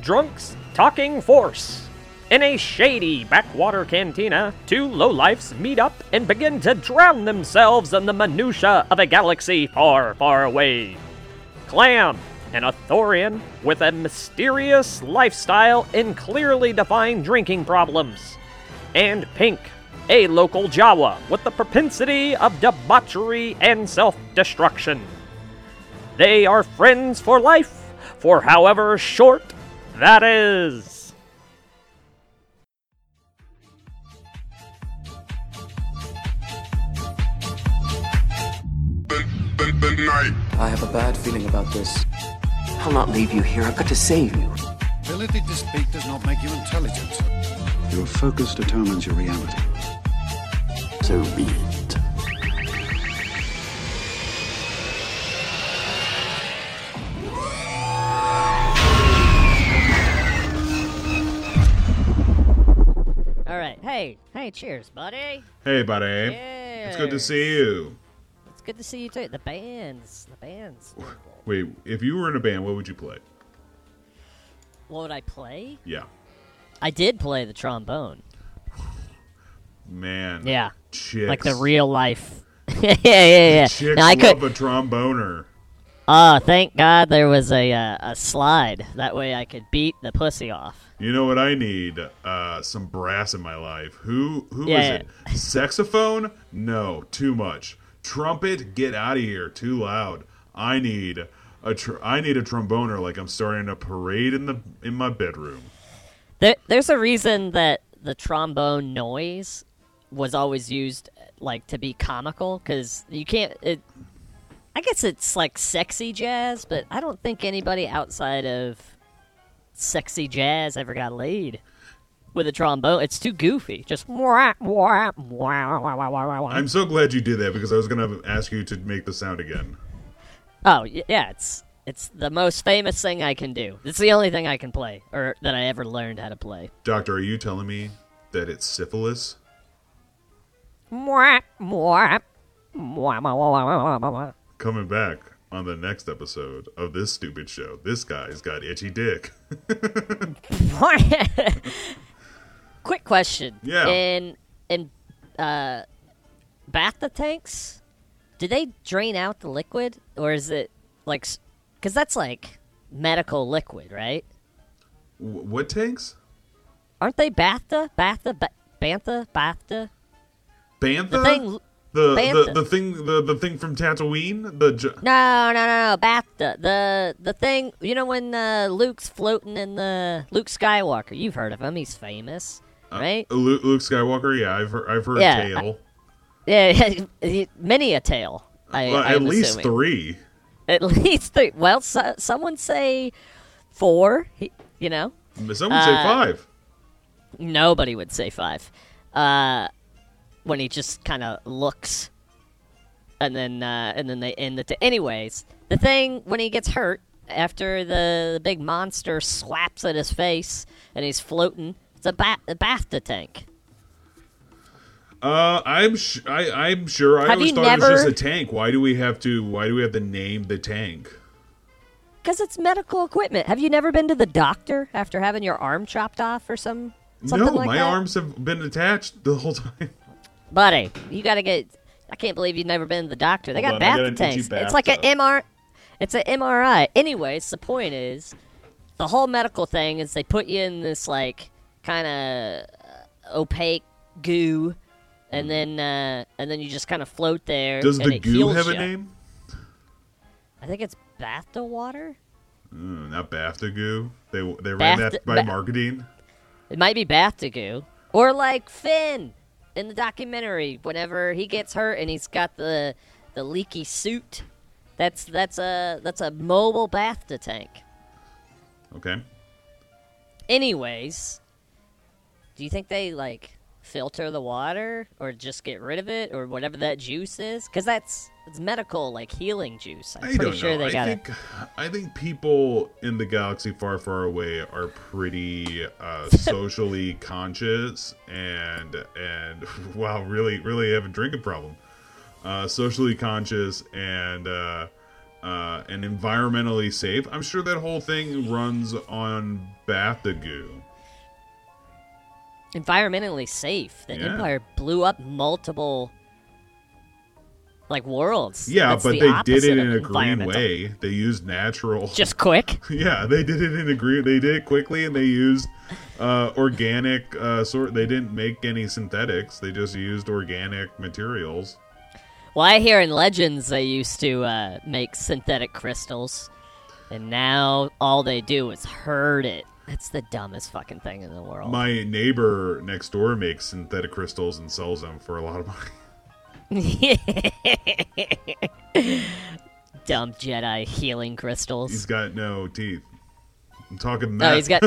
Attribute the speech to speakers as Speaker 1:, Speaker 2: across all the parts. Speaker 1: drunks talking force. In a shady backwater cantina, two lowlifes meet up and begin to drown themselves in the minutiae of a galaxy far, far away. Clam, an Authorian with a mysterious lifestyle and clearly defined drinking problems. And Pink, a local Jawa with the propensity of debauchery and self destruction. They are friends for life, for however short that is.
Speaker 2: The, the, the night.
Speaker 3: I have a bad feeling about this.
Speaker 4: I'll not leave you here. I've got to save you.
Speaker 5: Ability to speak does not make you intelligent.
Speaker 6: Your focus determines your reality.
Speaker 4: So be it.
Speaker 7: All right. Hey, hey, cheers, buddy.
Speaker 8: Hey, buddy. It's good to see you.
Speaker 7: It's good to see you too. The bands, the bands.
Speaker 8: Wait, if you were in a band, what would you play?
Speaker 7: What would I play?
Speaker 8: Yeah.
Speaker 7: I did play the trombone.
Speaker 8: Man.
Speaker 7: Yeah.
Speaker 8: Chicks.
Speaker 7: Like the real life. yeah, yeah, yeah.
Speaker 8: Chicks
Speaker 7: Now I
Speaker 8: love
Speaker 7: could.
Speaker 8: a tromboner.
Speaker 7: Oh, thank God there was a uh, a slide. That way I could beat the pussy off.
Speaker 8: You know what I need? Uh, some brass in my life. Who? Who is
Speaker 7: Yeah.
Speaker 8: it? Saxophone? No, too much. Trumpet? Get out of here! Too loud. I need a. Tr- I need a tromboner. Like I'm starting a parade in the in my bedroom.
Speaker 7: There, there's a reason that the trombone noise was always used like to be comical because you can't. It, I guess it's like sexy jazz, but I don't think anybody outside of sexy jazz ever got laid with a trombone. It's too goofy. Just wah, wah, wah, wah, wah, wah, wah, wah.
Speaker 8: I'm so glad you did that because I was gonna ask you to make the sound again.
Speaker 7: oh y- yeah, it's it's the most famous thing I can do. It's the only thing I can play or that I ever learned how to play.
Speaker 8: Doctor, are you telling me that it's syphilis?
Speaker 7: Mwah, mwah, mwah, mwah, mwah, mwah, mwah, mwah.
Speaker 8: Coming back on the next episode of this stupid show. This guy's got itchy dick.
Speaker 7: Quick question.
Speaker 8: Yeah.
Speaker 7: In in uh, bath the tanks, do they drain out the liquid, or is it like? Because that's like medical liquid, right?
Speaker 8: W- what tanks?
Speaker 7: Aren't they Batha, Batha, ba- Bantha, Batha?
Speaker 8: Bantha.
Speaker 7: The thing.
Speaker 8: The,
Speaker 7: Bantha.
Speaker 8: the the thing the, the thing from Tatooine the j-
Speaker 7: No, no, no, no, Batha. The the thing. You know when uh, Luke's floating in the Luke Skywalker. You've heard of him. He's famous, right?
Speaker 8: Lu- Luke Skywalker yeah I've heard, I've heard
Speaker 7: Yeah,
Speaker 8: tale
Speaker 7: Yeah, many a tale. I,
Speaker 8: Well, at
Speaker 7: I'm
Speaker 8: least
Speaker 7: assuming.
Speaker 8: three
Speaker 7: At least three. Well, so, someone say four. He, you know,
Speaker 8: some would say
Speaker 7: Uh,
Speaker 8: five
Speaker 7: nobody would say five. Uh, when he just kind of looks, and then uh, and then they end it. To, anyways, the thing when he gets hurt after the, the big monster slaps at his face and he's floating, it's a, ba- a Bafta tank.
Speaker 8: uh I'm sh- I I'm sure I
Speaker 7: Have
Speaker 8: always
Speaker 7: you
Speaker 8: thought it
Speaker 7: never-
Speaker 8: was just a tank why do we have to why do we have to name the tank
Speaker 7: Because it's medical equipment. Have you never been to the doctor after having your arm chopped off or some something
Speaker 8: no
Speaker 7: like
Speaker 8: my
Speaker 7: that?
Speaker 8: arms have been attached the whole time
Speaker 7: buddy. You gotta get. I can't believe you've never been to the doctor. They
Speaker 8: Hold
Speaker 7: got
Speaker 8: on, I
Speaker 7: bath
Speaker 8: got an itchy
Speaker 7: tanks. It's like an
Speaker 8: bathtub.
Speaker 7: MR. It's an MRI. Anyways, the point is, the whole medical thing is they put you in this like kind of opaque goo, and then uh, and then you just kind of float there.
Speaker 8: Mm-hmm. does
Speaker 7: and
Speaker 8: the
Speaker 7: it
Speaker 8: goo
Speaker 7: heals
Speaker 8: have a
Speaker 7: ya.
Speaker 8: name
Speaker 7: I think it's Bafta water.
Speaker 8: Mm, not BAFTA goo they they ran
Speaker 7: Bafta-
Speaker 8: that by
Speaker 7: ba-
Speaker 8: marketing
Speaker 7: It might be Bafta goo, or like Finn in the documentary. Whenever he gets hurt and he's got the the leaky suit, that's that's a that's a mobile Bafta tank.
Speaker 8: okay
Speaker 7: Anyways, do you think they like filter the water or just get rid of it or whatever that juice is? Because that's it's medical like healing juice. I'm
Speaker 8: I
Speaker 7: pretty
Speaker 8: don't
Speaker 7: sure
Speaker 8: know.
Speaker 7: they
Speaker 8: I
Speaker 7: got
Speaker 8: think I think people in the galaxy far, far away are pretty uh, socially conscious and and wow, really, really have a drinking problem. Uh, socially conscious and uh, uh, and environmentally safe. I'm sure that whole thing runs on Bathagoo.
Speaker 7: environmentally safe. The
Speaker 8: Yeah.
Speaker 7: Empire blew up multiple like worlds.
Speaker 8: Yeah,
Speaker 7: That's
Speaker 8: but
Speaker 7: the
Speaker 8: they did
Speaker 7: opposite
Speaker 8: it in
Speaker 7: of
Speaker 8: a green
Speaker 7: environmental.
Speaker 8: way. They used natural.
Speaker 7: Just quick.
Speaker 8: yeah, they did it in a green. They did it quickly, and they used uh, organic uh, sort. They didn't make any synthetics. They just used organic materials.
Speaker 7: Well, I hear in Legends they used to uh, make synthetic crystals, and now all they do is herd it. That's the dumbest fucking thing in the world.
Speaker 8: My neighbor next door makes synthetic crystals and sells them for a lot of money.
Speaker 7: Dumb Jedi healing crystals.
Speaker 8: He's got no teeth. I'm talking that.
Speaker 7: no, he's got.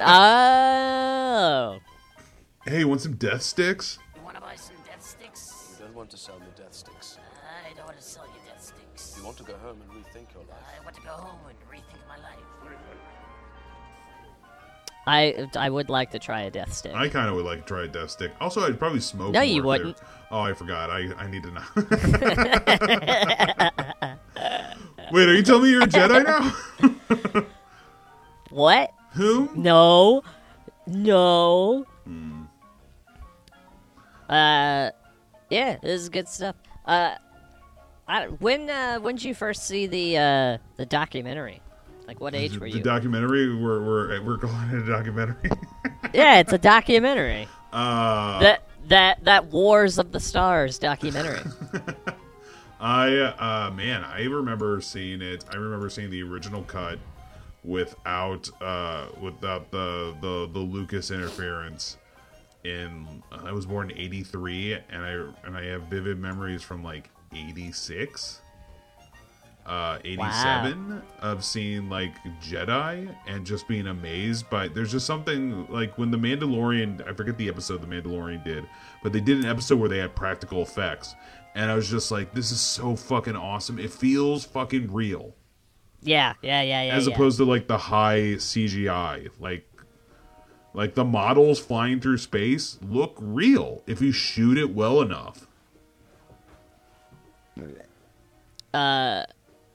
Speaker 7: oh,
Speaker 8: Hey, want some death sticks?
Speaker 2: Want to buy some death sticks?
Speaker 3: You don't want to sell me death sticks.
Speaker 2: I don't want to sell you death sticks.
Speaker 3: You want to go home and rethink your life.
Speaker 2: I want to go home and rethink my life.
Speaker 7: I I would like to try a death stick.
Speaker 8: I kind of would like to try a death stick. Also, I'd probably smoke.
Speaker 7: No,
Speaker 8: more
Speaker 7: you
Speaker 8: if they-
Speaker 7: wouldn't.
Speaker 8: Oh, I forgot. I I need to know. Wait, are you telling me you're a Jedi now?
Speaker 7: What?
Speaker 8: Who? Hmm.
Speaker 7: No, no. Uh, yeah, this is good stuff. Uh, I, when uh, when did you first see the uh, the documentary? Like, what age were
Speaker 8: The
Speaker 7: you?
Speaker 8: documentary. We're we're we're calling it a documentary.
Speaker 7: yeah, it's a documentary.
Speaker 8: Uh,
Speaker 7: that that that Wars of the Stars documentary.
Speaker 8: I uh man, I remember seeing it. I remember seeing the original cut without uh without the the the Lucas interference. In uh, I was born in '83, and I and I have vivid memories from like '86, uh, '87 of seeing like Jedi and just being amazed by. There's just something like when the Mandalorian. I forget the episode the Mandalorian did, but they did an episode where they had practical effects, and I was just like, "This is so fucking awesome! It feels fucking real."
Speaker 7: yeah, yeah, yeah, yeah.
Speaker 8: as
Speaker 7: yeah.
Speaker 8: opposed to like the high CGI, like like the models flying through space look real if you shoot it well enough.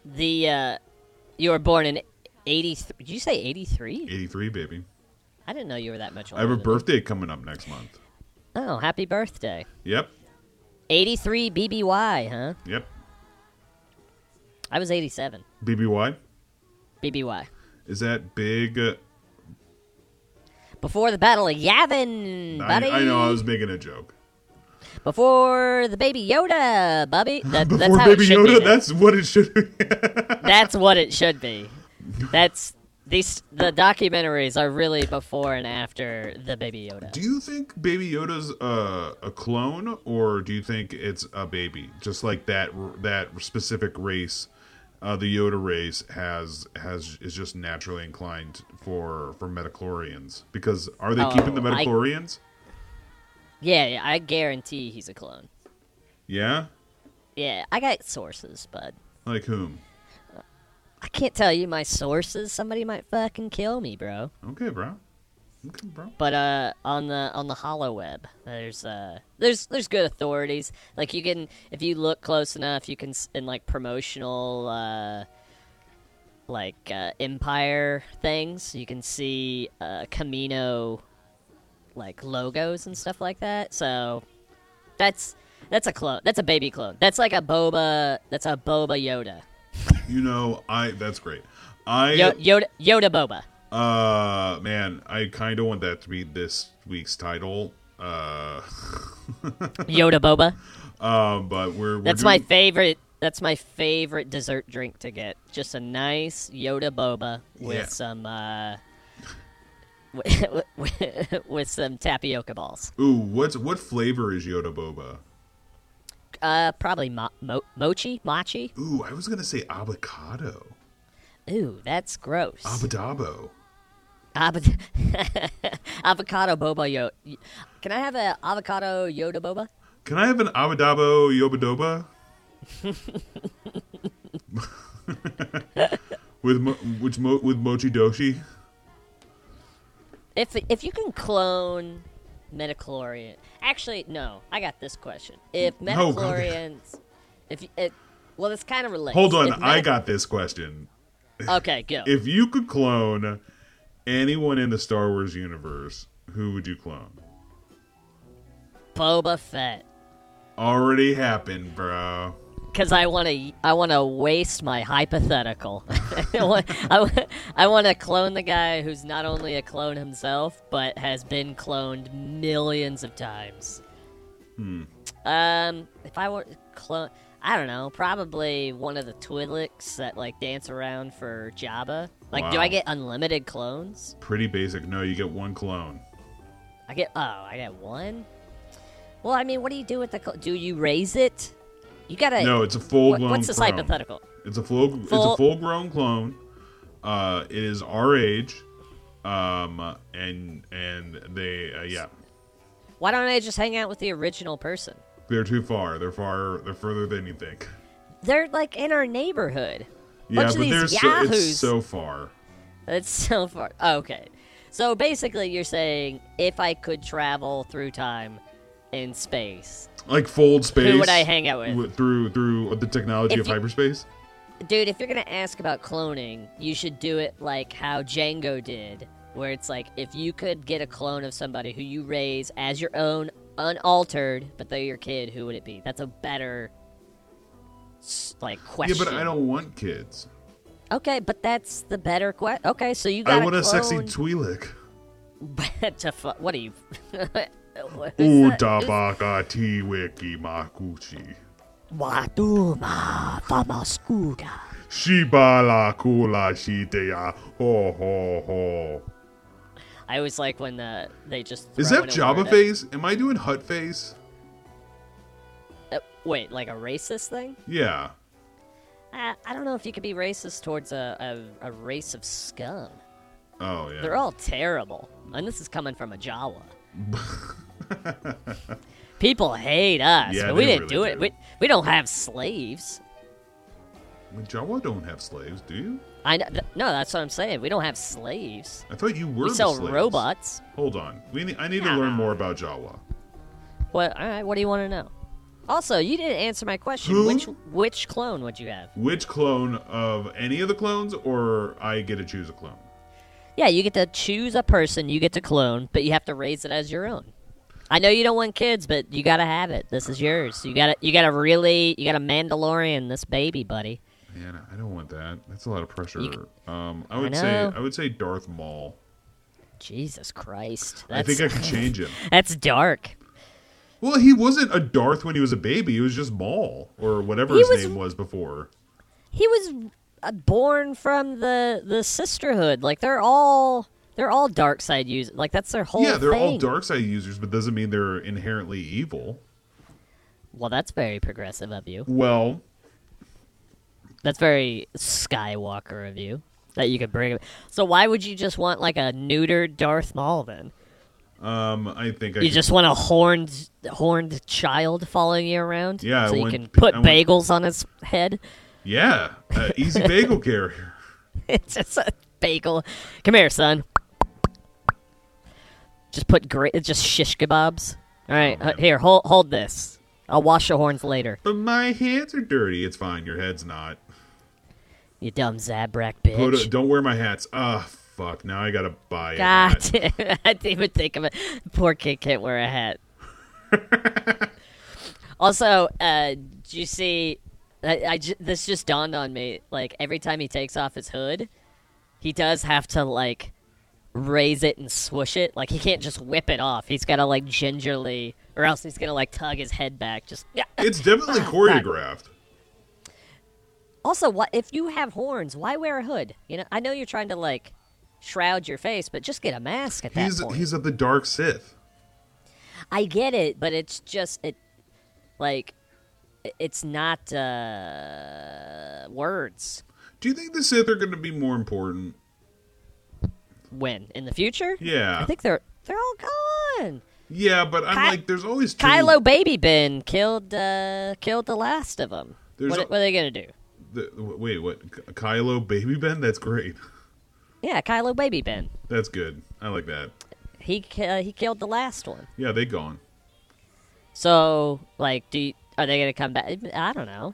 Speaker 7: the uh, you were born in eighty. Did you say eighty three?
Speaker 8: Eighty three, baby.
Speaker 7: I didn't know you were that much
Speaker 8: I
Speaker 7: older.
Speaker 8: have a
Speaker 7: than me.
Speaker 8: birthday coming up next month.
Speaker 7: Oh, happy birthday!
Speaker 8: Yep,
Speaker 7: Eighty three BBY, huh?
Speaker 8: yep.
Speaker 7: I was eighty seven
Speaker 8: BBY
Speaker 7: BBY.
Speaker 8: is that big? Uh,
Speaker 7: Before the Battle of Yavin,
Speaker 8: I,
Speaker 7: buddy.
Speaker 8: I know I was making a joke.
Speaker 7: Before the Baby Yoda, Bubby. That, that's
Speaker 8: Before
Speaker 7: how it
Speaker 8: Baby
Speaker 7: should be
Speaker 8: Yoda,
Speaker 7: now.
Speaker 8: that's what it should. be.
Speaker 7: That's what it should be. That's these the documentaries are really before and after the Baby Yoda.
Speaker 8: do you think Baby Yoda's uh, a clone, or do you think it's a baby, just like that that specific race, uh, the Yoda race has has is just naturally inclined for for metachlorians? Because are they keeping the
Speaker 7: Oh, I-
Speaker 8: metachlorians?
Speaker 7: yeah, yeah, I guarantee he's a clone.
Speaker 8: Yeah,
Speaker 7: Yeah, I got sources, bud.
Speaker 8: like whom?
Speaker 7: I can't tell you my sources. Somebody might fucking kill me, bro.
Speaker 8: Okay, bro. Okay, bro.
Speaker 7: But uh, on the on the hollow web, there's uh, there's there's good authorities. Like you can, if you look close enough, you can s- in like promotional, uh, like uh, empire things. You can see uh, Camino, like logos and stuff like that. So that's that's a clone. That's a baby clone. That's like a boba. That's a boba Yoda.
Speaker 8: You know, I that's great. I
Speaker 7: Yo- Yoda Yoda boba.
Speaker 8: Uh, man, I kind of want that to be this week's title. Uh,
Speaker 7: Yoda boba.
Speaker 8: um, but we're, we're
Speaker 7: That's my
Speaker 8: doing-
Speaker 7: favorite. That's my favorite dessert drink to get. Just a nice Yoda boba with
Speaker 8: Yeah.
Speaker 7: some uh, with, with some tapioca balls.
Speaker 8: Ooh, what's what flavor is Yoda Boba?
Speaker 7: Uh, probably mo- mo- mochi, mochi.
Speaker 8: Ooh, I was gonna say avocado,
Speaker 7: Ooh, that's gross.
Speaker 8: abadabo.
Speaker 7: Ab- avocado boba yo. Can I have a avocado Yoda boba?
Speaker 8: Can I have an abadabo yobadoba? with mo- which mo- with mochi doshi?
Speaker 7: If if you can clone metachlorian, actually no, I got this question. If
Speaker 8: No, go there.
Speaker 7: metachlorians, if it, Well, this kind of relates.
Speaker 8: Hold on,
Speaker 7: If
Speaker 8: I
Speaker 7: Matt-
Speaker 8: got this question.
Speaker 7: Okay, go.
Speaker 8: If you could clone anyone in the Star Wars universe, who would you clone?
Speaker 7: Boba Fett.
Speaker 8: Already happened, bro.
Speaker 7: because I want to. I want to waste my hypothetical. I want. I, wa- I want to clone the guy who's not only a clone himself, but has been cloned millions of times. Hmm. Um. If I were to clone, I don't know. Probably one of the Twi'leks that like dance around for Jabba. Like, do
Speaker 8: Wow.
Speaker 7: I get unlimited clones?
Speaker 8: Pretty basic. No, you get one clone.
Speaker 7: I get. Oh, I get one. Well, I mean, what do you do with the? Cl- do you raise it? You gotta.
Speaker 8: No, it's a full
Speaker 7: what-
Speaker 8: blown.
Speaker 7: what's this
Speaker 8: clone.
Speaker 7: hypothetical?
Speaker 8: It's a full, It's
Speaker 7: Full-
Speaker 8: a full grown clone. Uh, it is our age, um, and and they uh, yeah,
Speaker 7: Why don't I just hang out with the original person?
Speaker 8: they're too far. They're far. They're further than you think.
Speaker 7: They're like in our neighborhood.
Speaker 8: Yeah,
Speaker 7: Bunch of
Speaker 8: but
Speaker 7: these
Speaker 8: they're so, it's
Speaker 7: yahoos.
Speaker 8: so far.
Speaker 7: That's so far. Okay. So basically, you're saying if I could travel through time in space,
Speaker 8: Like fold space.
Speaker 7: would I hang out with?
Speaker 8: w- through through the technology
Speaker 7: If
Speaker 8: of
Speaker 7: you-
Speaker 8: hyperspace.
Speaker 7: dude, if you're gonna ask about cloning, you should do it like how Django did, where it's like if you could get a clone of somebody who you raise as your own, unaltered, but they're your kid, who would it be? That's a better s- like
Speaker 8: Yeah,
Speaker 7: question.
Speaker 8: but I don't want kids.
Speaker 7: Okay, but that's the better question. Okay, so you got
Speaker 8: I want a sexy
Speaker 7: clone-
Speaker 8: Twi'lek.
Speaker 7: to fu- what are you? Who's that?
Speaker 8: Utabaka Tiwiki Makuchi.
Speaker 7: Watuma Famaskuda.
Speaker 8: Shibala Kula Shitea. Ho ho ho.
Speaker 7: I always like when uh, they just.
Speaker 8: Is
Speaker 7: throw in
Speaker 8: that
Speaker 7: a word
Speaker 8: Java
Speaker 7: at-
Speaker 8: face? Am I doing Hut face?
Speaker 7: uh, wait, like a racist thing?
Speaker 8: Yeah.
Speaker 7: Uh, I don't know if you could be racist towards a, a, a race of scum.
Speaker 8: Oh yeah.
Speaker 7: They're all terrible, and this is coming from a Jawa. People hate us,
Speaker 8: Yeah,
Speaker 7: but we
Speaker 8: they
Speaker 7: didn't do
Speaker 8: really
Speaker 7: it.
Speaker 8: do.
Speaker 7: We, we don't have slaves.
Speaker 8: Well, Jawa don't have slaves, do you?
Speaker 7: I know, th- no, that's what I'm saying. We don't have slaves.
Speaker 8: I thought you were.
Speaker 7: we
Speaker 8: the
Speaker 7: sell
Speaker 8: slaves.
Speaker 7: robots.
Speaker 8: Hold on. We need, I need to learn more about Jawa.
Speaker 7: What? All right. What do you want to know? Also, you didn't answer my question.
Speaker 8: Who?
Speaker 7: Which which clone would you have?
Speaker 8: Which clone of any of the clones, or I get to choose a clone?
Speaker 7: Yeah, you get to choose a person you get to clone, but you have to raise it as your own. I know you don't want kids, but you gotta have it. This is yours. You gotta you gotta really you gotta Mandalorian this baby, buddy.
Speaker 8: Man, I don't want that. That's a lot of pressure.
Speaker 7: You c-
Speaker 8: um, I would say
Speaker 7: know.
Speaker 8: I would say Darth Maul.
Speaker 7: Jesus Christ.
Speaker 8: I
Speaker 7: That's
Speaker 8: think I could change him.
Speaker 7: that's dark.
Speaker 8: Well, he wasn't a Darth when he was a baby. He was just Maul or whatever
Speaker 7: He
Speaker 8: his
Speaker 7: was-
Speaker 8: name was before.
Speaker 7: He was uh, born from the the sisterhood. Like they're all they're all dark side users. Like that's their whole
Speaker 8: yeah, they're all
Speaker 7: thing.
Speaker 8: dark side users, but doesn't mean they're inherently evil.
Speaker 7: Well, that's very progressive of you.
Speaker 8: Well,
Speaker 7: That's very Skywalker of you that you could bring. So why would you just want like a neutered Darth Maul then?
Speaker 8: um, I think I
Speaker 7: You
Speaker 8: could-
Speaker 7: just want a horned horned child following you around?
Speaker 8: Yeah, I
Speaker 7: so you
Speaker 8: want-
Speaker 7: can put
Speaker 8: I want-
Speaker 7: bagels on his head.
Speaker 8: yeah, uh, easy bagel carrier.
Speaker 7: It's just a bagel. Come here, son. Just put great. Just shish kebabs. All
Speaker 8: Oh,
Speaker 7: right, uh, here, hold hold this. I'll wash your horns later.
Speaker 8: But my hands are dirty. It's fine. Your head's not.
Speaker 7: You dumb Zabrak
Speaker 8: Put a-
Speaker 7: bitch.
Speaker 8: don't wear my hats. Ah, fuck. Now I gotta buy a
Speaker 7: God,
Speaker 8: hat.
Speaker 7: Ah, I didn't even think of it. Poor kid can't wear a hat. also, uh, do you see? I, I ju- this just dawned on me. Like every time he takes off his hood, he does have to like raise it and swoosh it. Like he can't just whip it off. He's got to like gingerly, or else he's gonna like tug his head back. Just yeah.
Speaker 8: It's
Speaker 7: Ah,
Speaker 8: definitely choreographed.
Speaker 7: Also, what if you have horns? Why wear a hood? You know, I know you're trying to like shroud your face, but just get a mask at that
Speaker 8: He's
Speaker 7: point.
Speaker 8: he's at the dark Sith.
Speaker 7: I get it, but it's just it like i- it's not uh words
Speaker 8: Do you think the Sith are going to be more important?
Speaker 7: when in the future?
Speaker 8: Yeah.
Speaker 7: I think they're they're all gone.
Speaker 8: Yeah, but I'm
Speaker 7: Ky-
Speaker 8: like, there's always two,
Speaker 7: Kylo Baby Ben killed uh killed the last of them.
Speaker 8: There's
Speaker 7: What,
Speaker 8: a-
Speaker 7: what are they going to do?
Speaker 8: The, wait, what? K- Kylo Baby Ben? That's great.
Speaker 7: Yeah, Kylo Baby Ben.
Speaker 8: That's good. I like that.
Speaker 7: He ki- uh, he killed the last one.
Speaker 8: Yeah, they gone.
Speaker 7: So, like do you, are they going to come back? I don't know.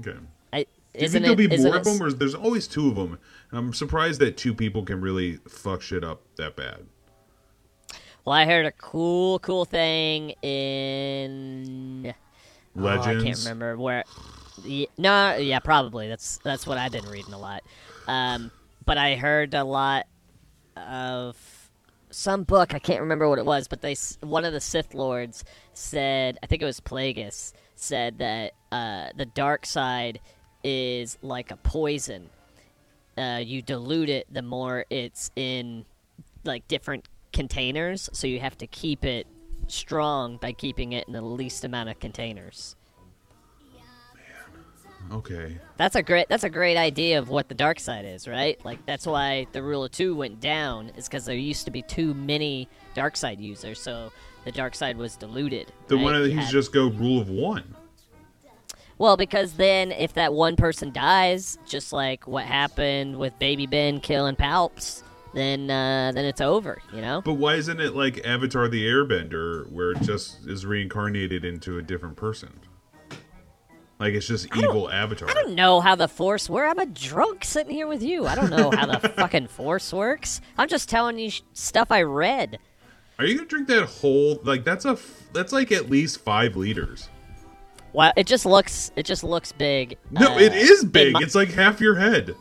Speaker 8: Okay.
Speaker 7: I,
Speaker 8: Do you
Speaker 7: isn't
Speaker 8: think there'll
Speaker 7: it-
Speaker 8: be
Speaker 7: isn't
Speaker 8: more of
Speaker 7: it-
Speaker 8: them, or there's always two of them? And I'm surprised that two people can really fuck shit up that bad.
Speaker 7: Well, I heard a cool, cool thing in
Speaker 8: Legends.
Speaker 7: Oh, I can't remember where. Ye- No, yeah, probably. That's that's what I've been reading a lot. Um, but I heard a lot of some book. I can't remember what it was, but they s- one of the Sith lords said, I think it was Plagueis, said that uh, the dark side is like a poison. Uh, you dilute it, the more it's in like different containers. So you have to keep it strong by keeping it in the least amount of containers.
Speaker 8: Okay.
Speaker 7: That's a great. That's a great idea of what the dark side is, right? Like that's why the rule of two went down, is because there used to be too many dark side users, so the dark side was diluted.
Speaker 8: Then
Speaker 7: right?
Speaker 8: why don't
Speaker 7: You
Speaker 8: he's
Speaker 7: had-
Speaker 8: just go rule of one?
Speaker 7: well because then if that one person dies, just like what happened with Baby Ben killing Palps, then uh, then it's over, you know.
Speaker 8: But why isn't it like Avatar the Airbender, where it just is reincarnated into a different person? Like it's just evil Avatar.
Speaker 7: I don't know how the force works. I'm a drunk sitting here with you. I don't know how the fucking force works. I'm just telling you sh- stuff I read.
Speaker 8: Are you gonna drink that whole? Like that's a f- that's like at least five liters.
Speaker 7: Wow, it just looks it just looks big.
Speaker 8: No,
Speaker 7: uh,
Speaker 8: it is
Speaker 7: in
Speaker 8: big.
Speaker 7: my-
Speaker 8: it's like half your head.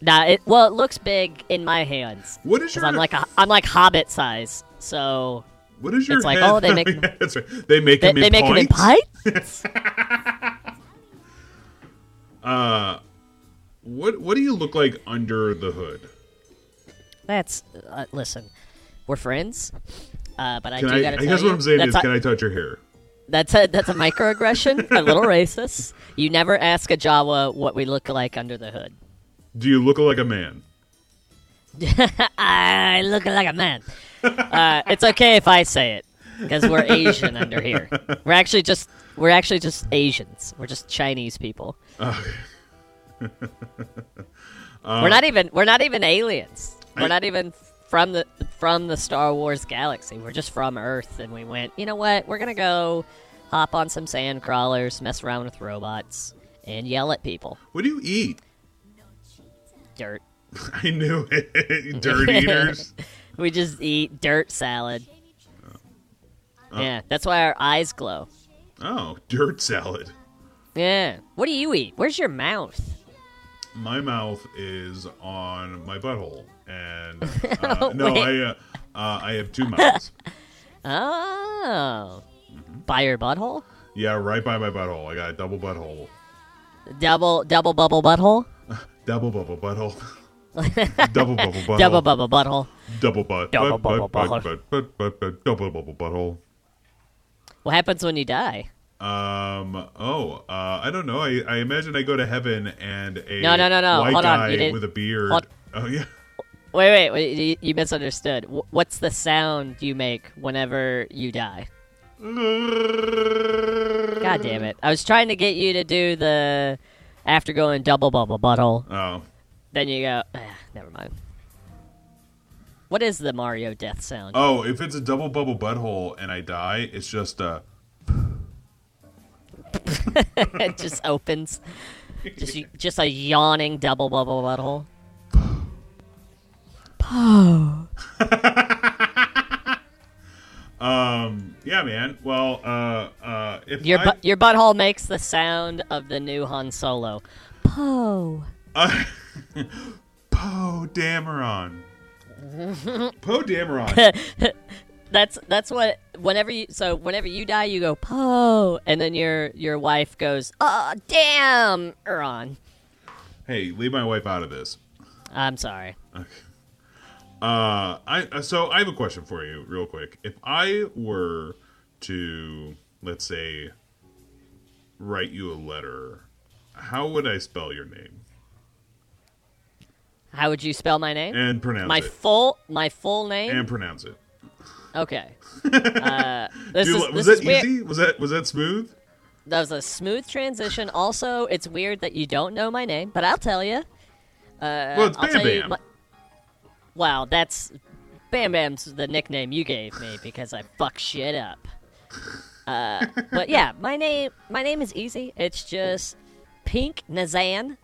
Speaker 7: nah, it, well, it looks big in my hands.
Speaker 8: What is
Speaker 7: 'Cause
Speaker 8: your-
Speaker 7: I'm like a, I'm like Hobbit size. So
Speaker 8: What is your?
Speaker 7: It's like,
Speaker 8: head?
Speaker 7: oh, they make-
Speaker 8: Yeah, that's right. They make
Speaker 7: they,
Speaker 8: them.
Speaker 7: they
Speaker 8: in
Speaker 7: make them in
Speaker 8: pints?
Speaker 7: pints.
Speaker 8: What What do you look like under the hood?
Speaker 7: That's uh, listen, we're friends. Uh, but I
Speaker 8: Can
Speaker 7: do
Speaker 8: I,
Speaker 7: gotta
Speaker 8: I
Speaker 7: tell
Speaker 8: guess
Speaker 7: you,
Speaker 8: what I'm saying
Speaker 7: that's
Speaker 8: is,
Speaker 7: a-
Speaker 8: can I touch your hair?
Speaker 7: That's a that's a microaggression, a little racist. You never ask a Jawa what we look like under the hood.
Speaker 8: Do you look like a man?
Speaker 7: I look like a man. Uh, it's okay if I say it because we're Asian under here. We're actually just we're actually just Asians. We're just Chinese people. we're not even we're not even aliens. We're
Speaker 8: I-
Speaker 7: not even from the from the Star Wars galaxy. We're just from Earth, and we went. You know what? We're gonna go hop on some sand crawlers, mess around with robots, and yell at people.
Speaker 8: What do you eat?
Speaker 7: Dirt.
Speaker 8: I knew it. Dirt eaters.
Speaker 7: We just eat dirt salad. Yeah, that's why our eyes glow.
Speaker 8: Oh, dirt salad.
Speaker 7: Yeah. What do you eat? Where's your mouth?
Speaker 8: My mouth is on my butthole, and uh, no, I uh, uh, I have two mouths.
Speaker 7: Oh. By your butthole?
Speaker 8: yeah, right by my butthole. I got a double butthole,
Speaker 7: Double double bubble butthole?
Speaker 8: double bubble butthole, double bubble butthole,
Speaker 7: Double bubble butthole.
Speaker 8: double butt,
Speaker 7: Double
Speaker 8: butt,
Speaker 7: bubble butthole.
Speaker 8: butt, butt, butt, butt, butt, double bubble butthole.
Speaker 7: What happens when you die?
Speaker 8: Um. Oh. Uh. I don't know. I, I imagine I go to heaven and a
Speaker 7: No, no, no, no.
Speaker 8: white
Speaker 7: Hold on.
Speaker 8: guy
Speaker 7: You didn't-
Speaker 8: with a beard.
Speaker 7: hold-
Speaker 8: Oh yeah.
Speaker 7: Wait, wait, wait you, you misunderstood. Wh- What's the sound you make whenever you die? God damn it. I was trying to get you to do the after going double bubble butthole.
Speaker 8: Oh.
Speaker 7: Then you go, ah, never mind. What is the Mario death sound?
Speaker 8: Oh. If it's a double bubble butthole and I die, it's just uh
Speaker 7: it just opens. Just y- just a yawning double bubble butthole.
Speaker 8: Yeah, man. Well. Uh. Uh. If
Speaker 7: Your
Speaker 8: I,
Speaker 7: butt your butthole makes the sound of the new Han Solo. Poe.
Speaker 8: Poe Dameron. Poe Dameron.
Speaker 7: That's that's what whenever you so whenever you die you go Poe and then your your wife goes, Oh damn Ron.
Speaker 8: hey, leave my wife out of this.
Speaker 7: I'm sorry.
Speaker 8: Uh, I uh, so I have a question for you, real quick. If I were to, let's say, write you a letter, how would I spell your name
Speaker 7: How would you spell my name?
Speaker 8: and pronounce
Speaker 7: my
Speaker 8: it?
Speaker 7: full my full name?
Speaker 8: and pronounce it.
Speaker 7: Okay. Uh, this
Speaker 8: Dude,
Speaker 7: is,
Speaker 8: was
Speaker 7: this is
Speaker 8: that
Speaker 7: weird.
Speaker 8: easy? Was that was that smooth?
Speaker 7: That was a smooth transition. Also, it's weird that you don't know my name, but I'll tell you.
Speaker 8: well, it's
Speaker 7: Uh, I'll
Speaker 8: Bam
Speaker 7: tell you
Speaker 8: Bam.
Speaker 7: my- Wow, that's Bam Bam's the nickname you gave me because I fuck shit up. Uh, but yeah, my name my name is easy. It's just pink Nazan.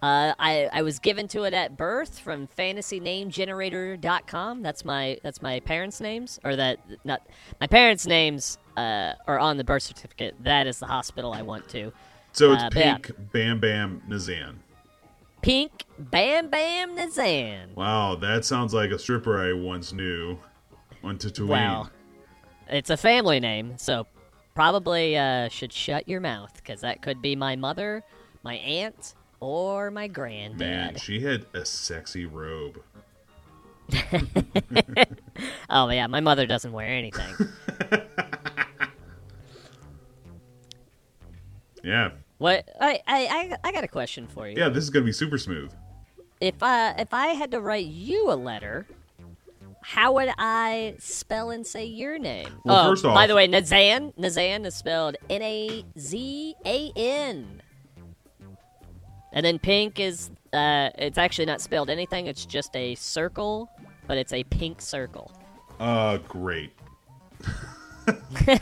Speaker 7: Uh, I, I was given to it at birth from fantasynamegenerator.com. That's my that's my parents' names or that not my parents' names uh, are on the birth certificate. That is the hospital I went to.
Speaker 8: So it's
Speaker 7: Uh, but yeah.
Speaker 8: Pink Bam Bam Nazan.
Speaker 7: Pink Bam Bam Nazan.
Speaker 8: Wow, that sounds like a stripper I once knew on Tatooine.
Speaker 7: Wow. It's a family name, so probably uh, should shut your mouth because that could be my mother, my aunt, or my granddad.
Speaker 8: Man, she had a sexy robe.
Speaker 7: Oh yeah, my mother doesn't wear anything.
Speaker 8: Yeah.
Speaker 7: what? I, I I I got a question for you.
Speaker 8: Yeah, this is going to be super smooth.
Speaker 7: If I if I had to write you a letter, how would I spell and say your name?
Speaker 8: Well,
Speaker 7: oh,
Speaker 8: first
Speaker 7: by
Speaker 8: off-
Speaker 7: the way, Nazan Nazan is spelled N A Z A N, and then pink is uh, it's actually not spelled anything. It's just a circle, but it's a pink circle.
Speaker 8: Uh, great. great.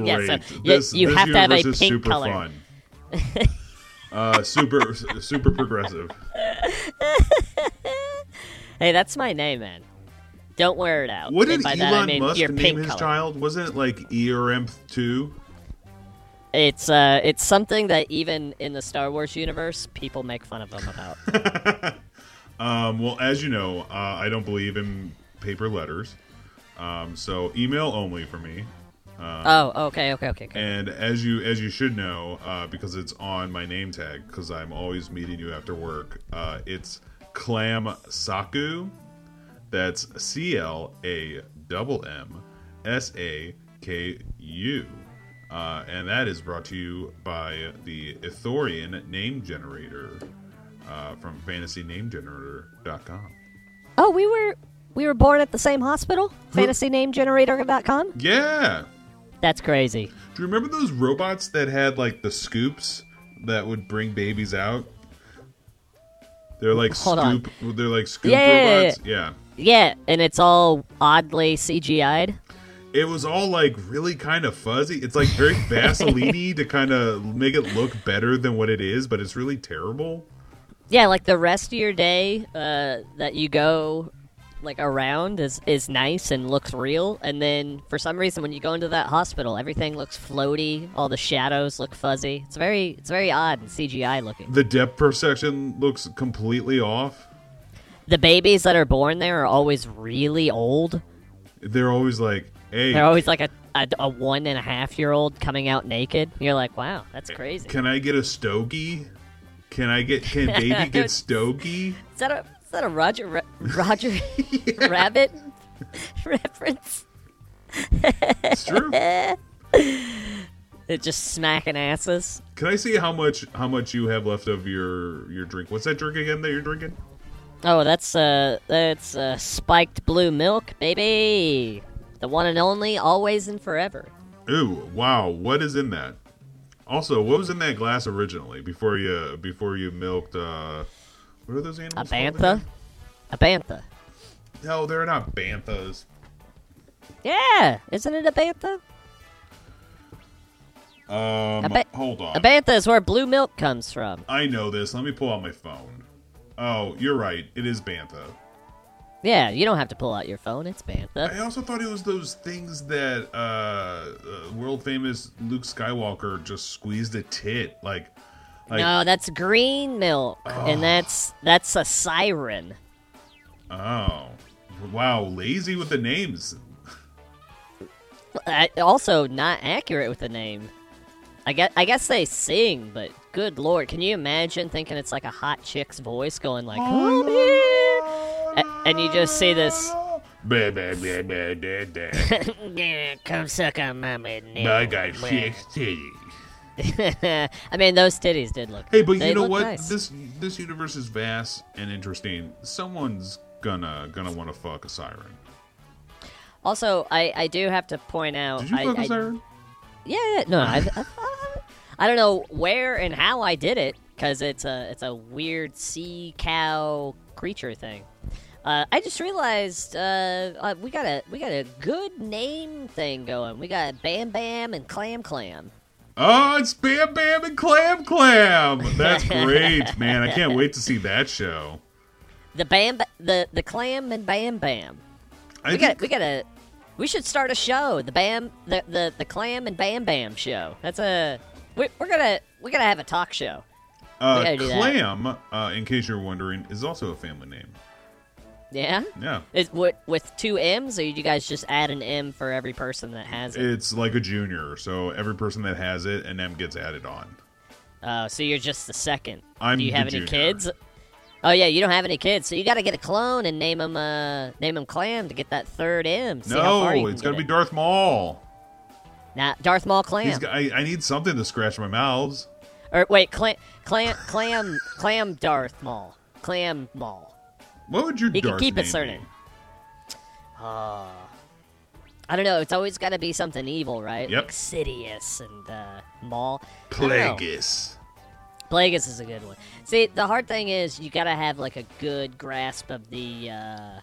Speaker 7: Yeah, so you-
Speaker 8: this,
Speaker 7: you
Speaker 8: this
Speaker 7: have to have a
Speaker 8: universe is
Speaker 7: pink
Speaker 8: super
Speaker 7: color.
Speaker 8: fun. uh, super, super progressive.
Speaker 7: Hey, that's my name, man. Don't wear it out.
Speaker 8: What
Speaker 7: And
Speaker 8: did
Speaker 7: by
Speaker 8: Elon
Speaker 7: that, I mean
Speaker 8: Musk
Speaker 7: your
Speaker 8: name
Speaker 7: pink
Speaker 8: his
Speaker 7: color.
Speaker 8: child? Wasn't it like ERMP two?
Speaker 7: It's uh, it's something that even in the Star Wars universe, people make fun of them about.
Speaker 8: Um, well, as you know, uh, I don't believe in paper letters, um, so email only for me.
Speaker 7: oh, okay, okay, okay, okay.
Speaker 8: And as you as you should know, uh, because it's on my name tag, because I'm always meeting you after work. Uh, it's Clam Saku. That's C L A double M S A K U. Uh, and that is brought to you by the Ithorian Name Generator uh, from FantasyNameGenerator.com.
Speaker 7: Oh, we were we were born at the same hospital. FantasyNameGenerator.com.
Speaker 8: Yeah,
Speaker 7: That's crazy.
Speaker 8: Do you remember those robots that had like the scoops that would bring babies out? They're like
Speaker 7: Hold on.
Speaker 8: scoop. They're like scoop
Speaker 7: Yeah, yeah, yeah,
Speaker 8: robots. Yeah,
Speaker 7: Yeah, and it's all oddly CGI'd.
Speaker 8: It was all like really kind of fuzzy. It's like very Vaseline to kind of make it look better than what it is, but it's really terrible.
Speaker 7: Yeah, like the rest of your day uh, that you go like around is is nice and looks real, and then for some reason when you go into that hospital, everything looks floaty. All the shadows look fuzzy. It's very it's very odd and CGI looking.
Speaker 8: The depth perception looks completely off.
Speaker 7: The babies that are born there are always really old.
Speaker 8: They're always like, "Hey,
Speaker 7: They're always like a a, a one and a half year old coming out naked. You're like, wow, that's crazy.
Speaker 8: can I get a stogie? Can I get? Can baby get stogie?"
Speaker 7: Is that a is that a Roger Ra- Roger Rabbit reference?
Speaker 8: It's true.
Speaker 7: It's just smacking asses.
Speaker 8: Can I see how much how much you have left of your your drink? What's that drink again that you're drinking?
Speaker 7: Oh, that's uh that's uh spiked blue milk, baby. The one and only, always and forever.
Speaker 8: Ooh, wow, what is in that? Also, what was in that glass originally before you before you milked uh what are those animals?
Speaker 7: A
Speaker 8: called
Speaker 7: bantha.
Speaker 8: again?
Speaker 7: A bantha.
Speaker 8: No, they're not banthas.
Speaker 7: Yeah, isn't it a bantha?
Speaker 8: Um
Speaker 7: A ba-
Speaker 8: hold on.
Speaker 7: A bantha is where blue milk comes from.
Speaker 8: I know this. Let me pull out my phone. Oh, you're right. It is bantha.
Speaker 7: Yeah, you don't have to pull out your phone. It's
Speaker 8: I
Speaker 7: bantha.
Speaker 8: also thought it was those things that uh, uh world famous Luke Skywalker just squeezed a tit like like
Speaker 7: No, that's green milk, and that's that's a siren.
Speaker 8: Oh, wow! Lazy with the names.
Speaker 7: I, also not accurate with the name. I guess, I guess they sing, but good lord, can you imagine thinking it's like a hot chick's voice going like, "Come
Speaker 8: Um,
Speaker 7: here," A- and you just see this.
Speaker 8: Blah, blah, blah, blah, blah, blah.
Speaker 7: "Yeah, "Oh, Come suck on my mid-"
Speaker 8: I got six titties.
Speaker 7: I mean, those titties did look.
Speaker 8: Hey, but
Speaker 7: they
Speaker 8: you know
Speaker 7: look
Speaker 8: what?
Speaker 7: nice.
Speaker 8: This this universe is vast and interesting. Someone's gonna gonna want to fuck a siren.
Speaker 7: Also, I, I do have to point out.
Speaker 8: Did you
Speaker 7: Oh, I,
Speaker 8: fuck a
Speaker 7: I-
Speaker 8: siren?
Speaker 7: Yeah, yeah, no, I, I, I don't know where and how I did it because it's a it's a weird sea cow creature thing. Uh, I just realized uh, uh, we got a we got a good name thing going. We got Bam Bam and Clam Clam.
Speaker 8: Oh, it's Bam Bam and Clam Clam. That's great, man. I can't wait to see that show.
Speaker 7: The bam, Ba- the the clam and bam bam.
Speaker 8: I
Speaker 7: We got
Speaker 8: think
Speaker 7: we got to we should start a show. The bam, the the, the clam and bam bam show. That's a we, we're gonna we're gonna have a talk show. we
Speaker 8: uh,
Speaker 7: gotta do that.
Speaker 8: Clam, uh, in case you're wondering, is also a family name.
Speaker 7: Yeah.
Speaker 8: Yeah.
Speaker 7: Is with, with two M's, or you guys just add an M for every person that has it?
Speaker 8: It's like a junior, so every person that has it, an M gets added on.
Speaker 7: Oh, so you're just the second.
Speaker 8: I'm
Speaker 7: Do you
Speaker 8: the
Speaker 7: have any
Speaker 8: junior.
Speaker 7: kids? Oh yeah, you don't have any kids, so you got to get a clone and name him uh name him Clam to get that third M. See how
Speaker 8: no,
Speaker 7: far you can
Speaker 8: it's gonna
Speaker 7: get
Speaker 8: be
Speaker 7: it.
Speaker 8: Darth Maul.
Speaker 7: Nah, Darth Maul Clam.
Speaker 8: He's got, I, I need something to scratch my mouths.
Speaker 7: Or wait, clam, clam, clam, clam, Darth Maul, clam Maul.
Speaker 8: What would your
Speaker 7: He can
Speaker 8: Darth
Speaker 7: keep
Speaker 8: name
Speaker 7: it certain.
Speaker 8: be?
Speaker 7: I don't know. It's always got to be something evil, right?
Speaker 8: Yep.
Speaker 7: Like Sidious and uh, Maul. I don't know.
Speaker 8: Plagueis.
Speaker 7: Plagueis is a good one. See, the hard thing is you got to have like a good grasp of the uh,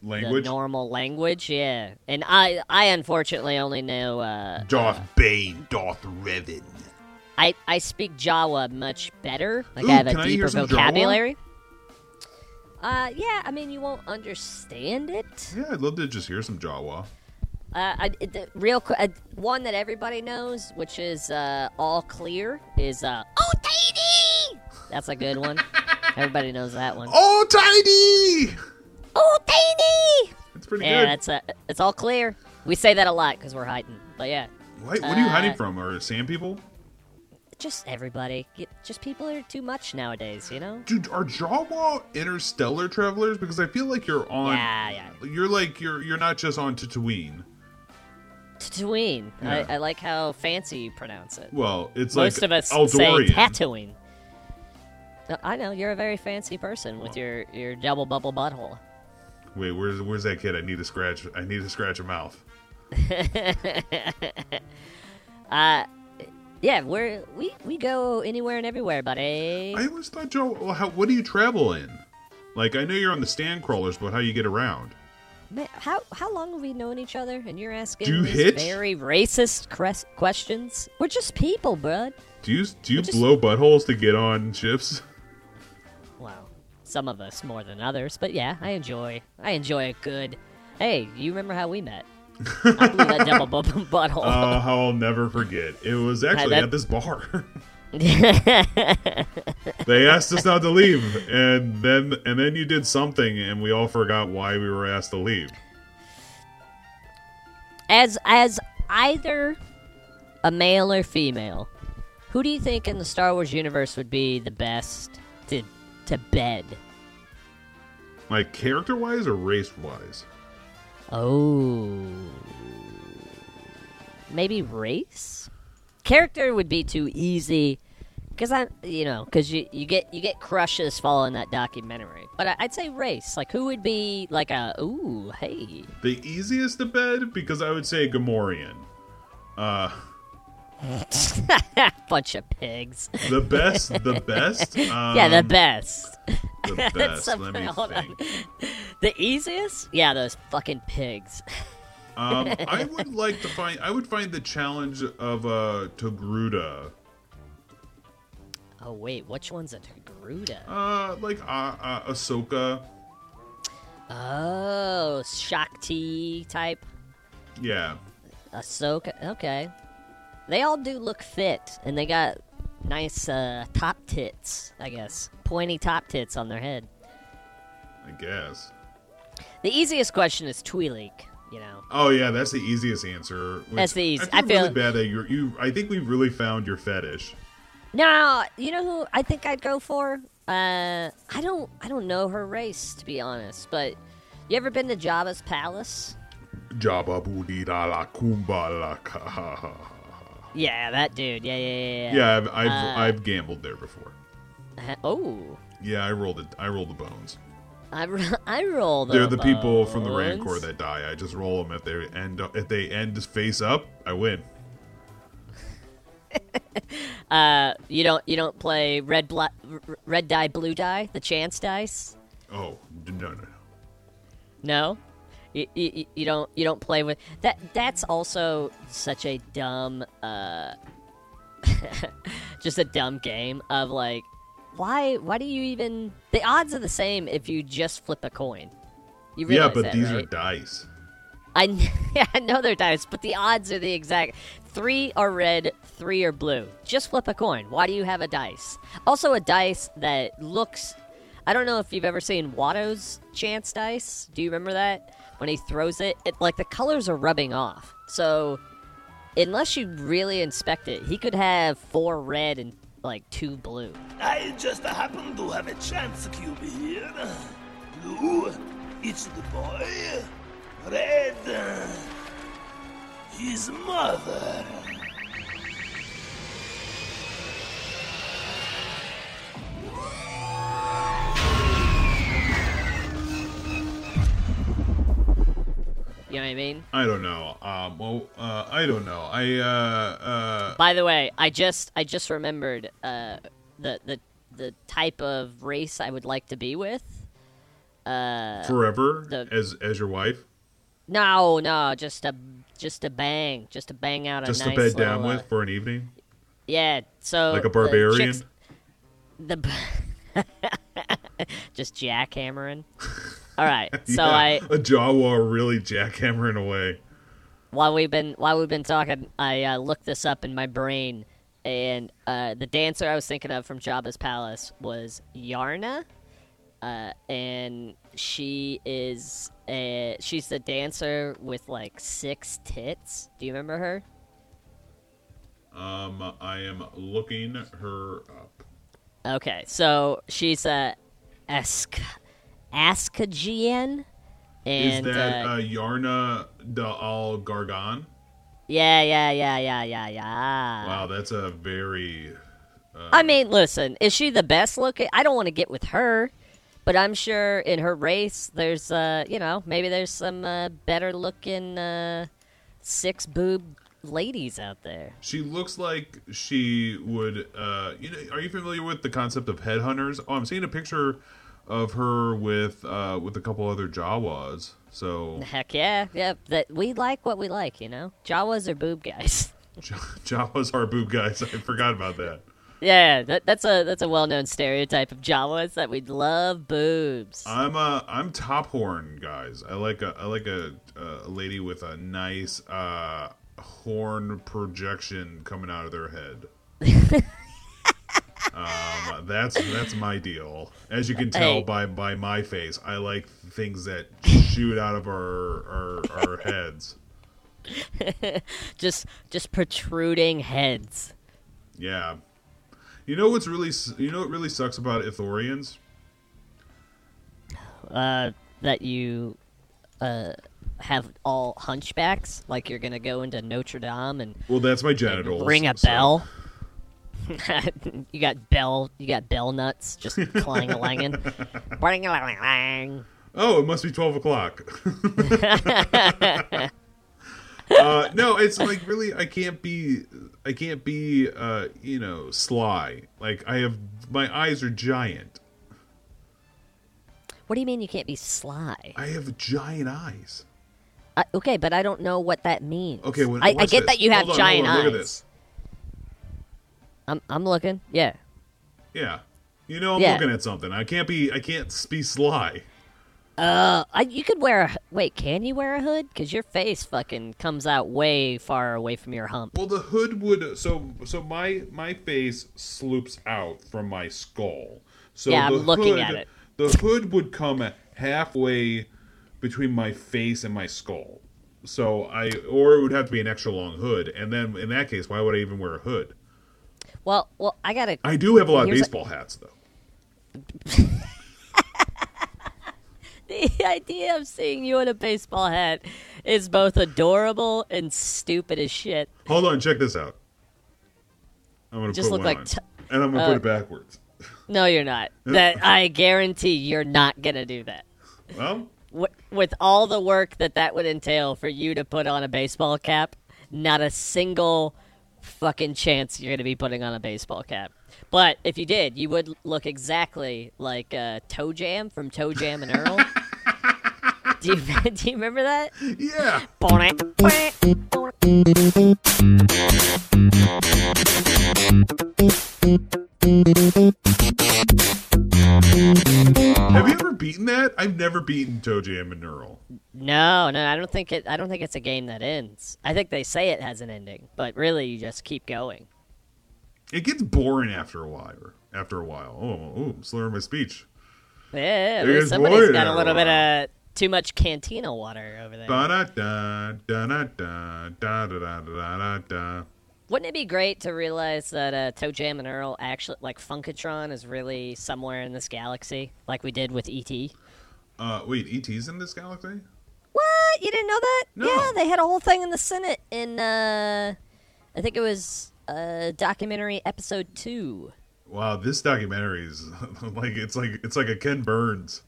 Speaker 7: the
Speaker 8: Language.
Speaker 7: normal language. Yeah, and I I unfortunately only know uh,
Speaker 8: Darth Bane. Darth Revan.
Speaker 7: I I speak Jawa much better. Like
Speaker 8: Ooh,
Speaker 7: I have a
Speaker 8: can I hear
Speaker 7: deeper
Speaker 8: some Jawa?
Speaker 7: vocabulary. Uh, yeah. I mean, you won't understand it.
Speaker 8: Yeah, I'd love to just hear some Jawa.
Speaker 7: Uh, I, it- the real qu- uh, one that everybody knows, which is uh, all clear, is uh, oh Tatey! That's a good one. everybody knows that one.
Speaker 8: Oh, Tiny!
Speaker 7: Oh Tatey!
Speaker 8: That's pretty
Speaker 7: Yeah,
Speaker 8: good.
Speaker 7: that's uh, it's all clear. We say that a lot because we're hiding. But yeah,
Speaker 8: What, what are you
Speaker 7: uh,
Speaker 8: hiding from? Are it sand people?
Speaker 7: just everybody, Get- just people are too much nowadays. You know?
Speaker 8: Dude, are Jawa interstellar travelers? Because I feel like you're on.
Speaker 7: Yeah, yeah.
Speaker 8: You're like you're you're not just on Tatooine.
Speaker 7: Tatooine.
Speaker 8: Yeah.
Speaker 7: I, I like how fancy you pronounce it.
Speaker 8: Well, it's
Speaker 7: Most
Speaker 8: like
Speaker 7: of us
Speaker 8: Eldorian.
Speaker 7: say tattooing. No, I know you're a very fancy person with your your double bubble butthole.
Speaker 8: Wait, where's where's that kid? I need to scratch. I need to scratch a mouth.
Speaker 7: Yeah, we're we we go anywhere and everywhere, buddy.
Speaker 8: I always thought Joe. Well, how, what do you travel in? Like I know you're on the stand crawlers, but how you get around?
Speaker 7: Man, how how long have we known each other? And you're asking
Speaker 8: Do you
Speaker 7: these
Speaker 8: hitch?
Speaker 7: very racist cres- questions. We're just people, bud.
Speaker 8: Do you do you
Speaker 7: just-
Speaker 8: blow buttholes to get on ships?
Speaker 7: Well, some of us more than others, but yeah, I enjoy I enjoy a good. Hey, you remember how we met? I blew that double bubble butthole.
Speaker 8: Oh, how I'll never forget. It was actually
Speaker 7: that-
Speaker 8: at this bar. they asked us not to leave, and then and then you did something, and we all forgot why we were asked to leave.
Speaker 7: as as either a male or female, who do you think in the Star Wars universe would be the best to to bed?
Speaker 8: Like character wise or race wise?
Speaker 7: Oh, maybe race. Character would be too easy, because I, you know, because you, you get you get crushes following that documentary. But I, I'd say race. Like who would be like a ooh hey
Speaker 8: The easiest to bed because I would say Gamorrean. Uh,
Speaker 7: bunch of pigs.
Speaker 8: the best, the best. Um,
Speaker 7: yeah, the best.
Speaker 8: the best.
Speaker 7: That's
Speaker 8: Let me
Speaker 7: something- hold on.
Speaker 8: think.
Speaker 7: The easiest? Yeah, those fucking pigs.
Speaker 8: Um, I would like to find. I would find the challenge of uh, Togruta.
Speaker 7: Oh wait, which one's a Togruta?
Speaker 8: Uh, like uh, uh, Ahsoka.
Speaker 7: Oh, Shakti type
Speaker 8: Yeah,
Speaker 7: Ahsoka. Uh, Okay, they all do look fit, and they got nice uh, top tits. I guess pointy top tits on their head.
Speaker 8: I guess.
Speaker 7: The easiest question is Twi'lek. You know,
Speaker 8: Oh yeah, that's the easiest answer. which
Speaker 7: That's the easy-
Speaker 8: I
Speaker 7: I
Speaker 8: feel
Speaker 7: feel-
Speaker 8: really bad that you're. You. I think we really found your fetish.
Speaker 7: No, you know who I think I'd go for? Uh, I don't, I don't know her race to be honest. But you ever been to Java's palace?
Speaker 8: Jabba booty da la kumba la ka. ha, ha, ha.
Speaker 7: Yeah, that dude. Yeah, yeah, Uh, yeah.
Speaker 8: Yeah, I've I've, I've gambled there before.
Speaker 7: yeah. Oh,
Speaker 8: Yeah, I rolled it. I rolled the bones.
Speaker 7: I, ro- I uh, roll the.
Speaker 8: They're the people from the
Speaker 7: bones.
Speaker 8: Rancor that die. I just roll them if they end if they end face up. I win.
Speaker 7: you don't, you don't play red, bla- r- r- red die, blue die, the chance dice.
Speaker 8: Oh no no no.
Speaker 7: No, you, you, you don't, you don't play with that. That's also such a dumb. Uh, just a dumb game of like why why do you even the odds are the same if you just flip a coin you
Speaker 8: Yeah,
Speaker 7: realize
Speaker 8: but
Speaker 7: that,
Speaker 8: these are
Speaker 7: right?
Speaker 8: dice.
Speaker 7: I, kn- yeah, I know they're dice but the odds are the exact three are red three are blue just flip a coin why do you have a dice also a dice that looks i don't know if you've ever seen watto's chance dice do you remember that when he throws it it like the colors are rubbing off so unless you really inspect it he could have four red and like two blue
Speaker 9: I just happen to have a chance cube here. Blue, it's the boy. Red, his mother.
Speaker 7: you know what i mean
Speaker 8: I don't know. Um, well, uh, I don't know. I uh, uh,
Speaker 7: By the way, I just I just remembered uh, the the the type of race I would like to be with.
Speaker 8: uh, forever
Speaker 7: Uh, the-
Speaker 8: as as your wife,
Speaker 7: No, no, just a just a bang, just to bang out a
Speaker 8: just
Speaker 7: nice
Speaker 8: to bed down
Speaker 7: little, uh,
Speaker 8: with for an evening,
Speaker 7: Yeah, so
Speaker 8: like a
Speaker 7: the
Speaker 8: barbarian.
Speaker 7: chicks- The, b- just jackhammering. All right, so
Speaker 8: Yeah,
Speaker 7: I
Speaker 8: a Jawa really jackhammering away.
Speaker 7: while we've been while we've been talking, I uh, looked this up in my brain, and uh, the dancer I was thinking of from Jabba's palace was Yarna, uh, and she is a, she's the dancer with like six tits. Do you remember her?
Speaker 8: Um, I am looking her up.
Speaker 7: Okay, so she's a Ask Askagian,
Speaker 8: Is
Speaker 7: and
Speaker 8: that
Speaker 7: uh,
Speaker 8: uh, Yarna da Al Gargan?
Speaker 7: yeah, yeah, yeah, yeah, yeah, yeah.
Speaker 8: Wow, that's a very
Speaker 7: I mean, listen, is she the best looking? I don't want to get with her, but I'm sure in her race, there's, uh, you know, maybe there's some uh, better looking uh, six boob ladies out there.
Speaker 8: She looks like she would. Uh, you know, are you familiar with the concept of headhunters? Oh, I'm seeing a picture of her with uh, with a couple other Jawas. So
Speaker 7: Heck yeah, yeah. That we like what we like, you know. Jawas are boob guys.
Speaker 8: J- Jawas are boob guys. I forgot about that.
Speaker 7: yeah, that, that's a that's a well known stereotype of Jawas that we love boobs.
Speaker 8: I'm a I'm top horn guys. I like a I like a, a lady with a nice uh, horn projection coming out of their head. um, that's that's my deal. As you can tell
Speaker 7: Hey.
Speaker 8: by by my face, I like things that shoot out of our our, our heads.
Speaker 7: just just protruding heads.
Speaker 8: Yeah. You know what's really s- you know what really sucks about Ithorians?
Speaker 7: uh, that you uh, have all hunchbacks, like you're gonna go into Notre Dame and
Speaker 8: Well, that's my genitals.
Speaker 7: ring a
Speaker 8: so-
Speaker 7: bell. you got bell, you got bell nuts, just clang a langin.
Speaker 8: oh, it must be 12 o'clock. uh, no, it's like really, I can't be, I can't be, uh, you know, sly. Like I have, my eyes are giant.
Speaker 7: What do you mean you can't be sly?
Speaker 8: I have giant eyes.
Speaker 7: I, okay, but I don't know what that means.
Speaker 8: Okay, what,
Speaker 7: I, I
Speaker 8: what's
Speaker 7: get
Speaker 8: this?
Speaker 7: that you have
Speaker 8: Hold on, hold
Speaker 7: giant eyes.
Speaker 8: on, Look at this.
Speaker 7: I'm I'm looking. Yeah.
Speaker 8: Yeah, you know, I'm
Speaker 7: Yeah.
Speaker 8: looking at something. I can't be, I can't be sly.
Speaker 7: I, you could wear a wait. Can you wear a hood? Because your face fucking comes out way far away from your hump.
Speaker 8: Well, the hood would so so my my face sloops out from my skull. So
Speaker 7: Yeah, I'm
Speaker 8: the
Speaker 7: looking
Speaker 8: hood,
Speaker 7: at it.
Speaker 8: The hood would come halfway between my face and my skull. So I or it would have to be an extra long hood, and then in that case, why would I even wear a hood?
Speaker 7: Well, well, I gotta.
Speaker 8: I do have a lot of
Speaker 7: Here's a-
Speaker 8: baseball hats though.
Speaker 7: The idea of seeing you in a baseball hat is both adorable and stupid as shit.
Speaker 8: Hold on, check this out. I'm gonna
Speaker 7: Just
Speaker 8: put
Speaker 7: look
Speaker 8: one
Speaker 7: like
Speaker 8: on,
Speaker 7: t-
Speaker 8: and I'm gonna
Speaker 7: uh,
Speaker 8: put it backwards.
Speaker 7: No, you're not. That I guarantee you're not gonna do that.
Speaker 8: Well,
Speaker 7: Wi- With all the work that that would entail for you to put on a baseball cap, not a single fucking chance you're gonna be putting on a baseball cap. But if you did, you would look exactly like uh, Toe Jam from Toe Jam and Earl. do, you, do you remember that?
Speaker 8: yeah.
Speaker 7: Bonnet.
Speaker 8: I've never beaten Toe Jam and Neural.
Speaker 7: No, no, I don't think it. I don't think it's a game that ends. I think they say it has an ending, but really you just keep going.
Speaker 8: It gets boring after a while. After a while. Oh, oh slurring my speech.
Speaker 7: Yeah, at
Speaker 8: It
Speaker 7: least
Speaker 8: is
Speaker 7: somebody's
Speaker 8: water
Speaker 7: got a little bit
Speaker 8: now.
Speaker 7: of too much cantina water over there.
Speaker 8: Da da da da da da da da da da da da.
Speaker 7: Wouldn't it be great to realize that uh, Toe Jam and Earl actually, like Funkatron, is really somewhere in this galaxy, like we did with E ET?
Speaker 8: Uh, wait, ET's in this galaxy?
Speaker 7: What? You didn't know that?
Speaker 8: No.
Speaker 7: Yeah, they had a whole thing in the Senate in, uh, I think it was uh, documentary episode two.
Speaker 8: Wow, this documentary is like it's like it's like a Ken Burns.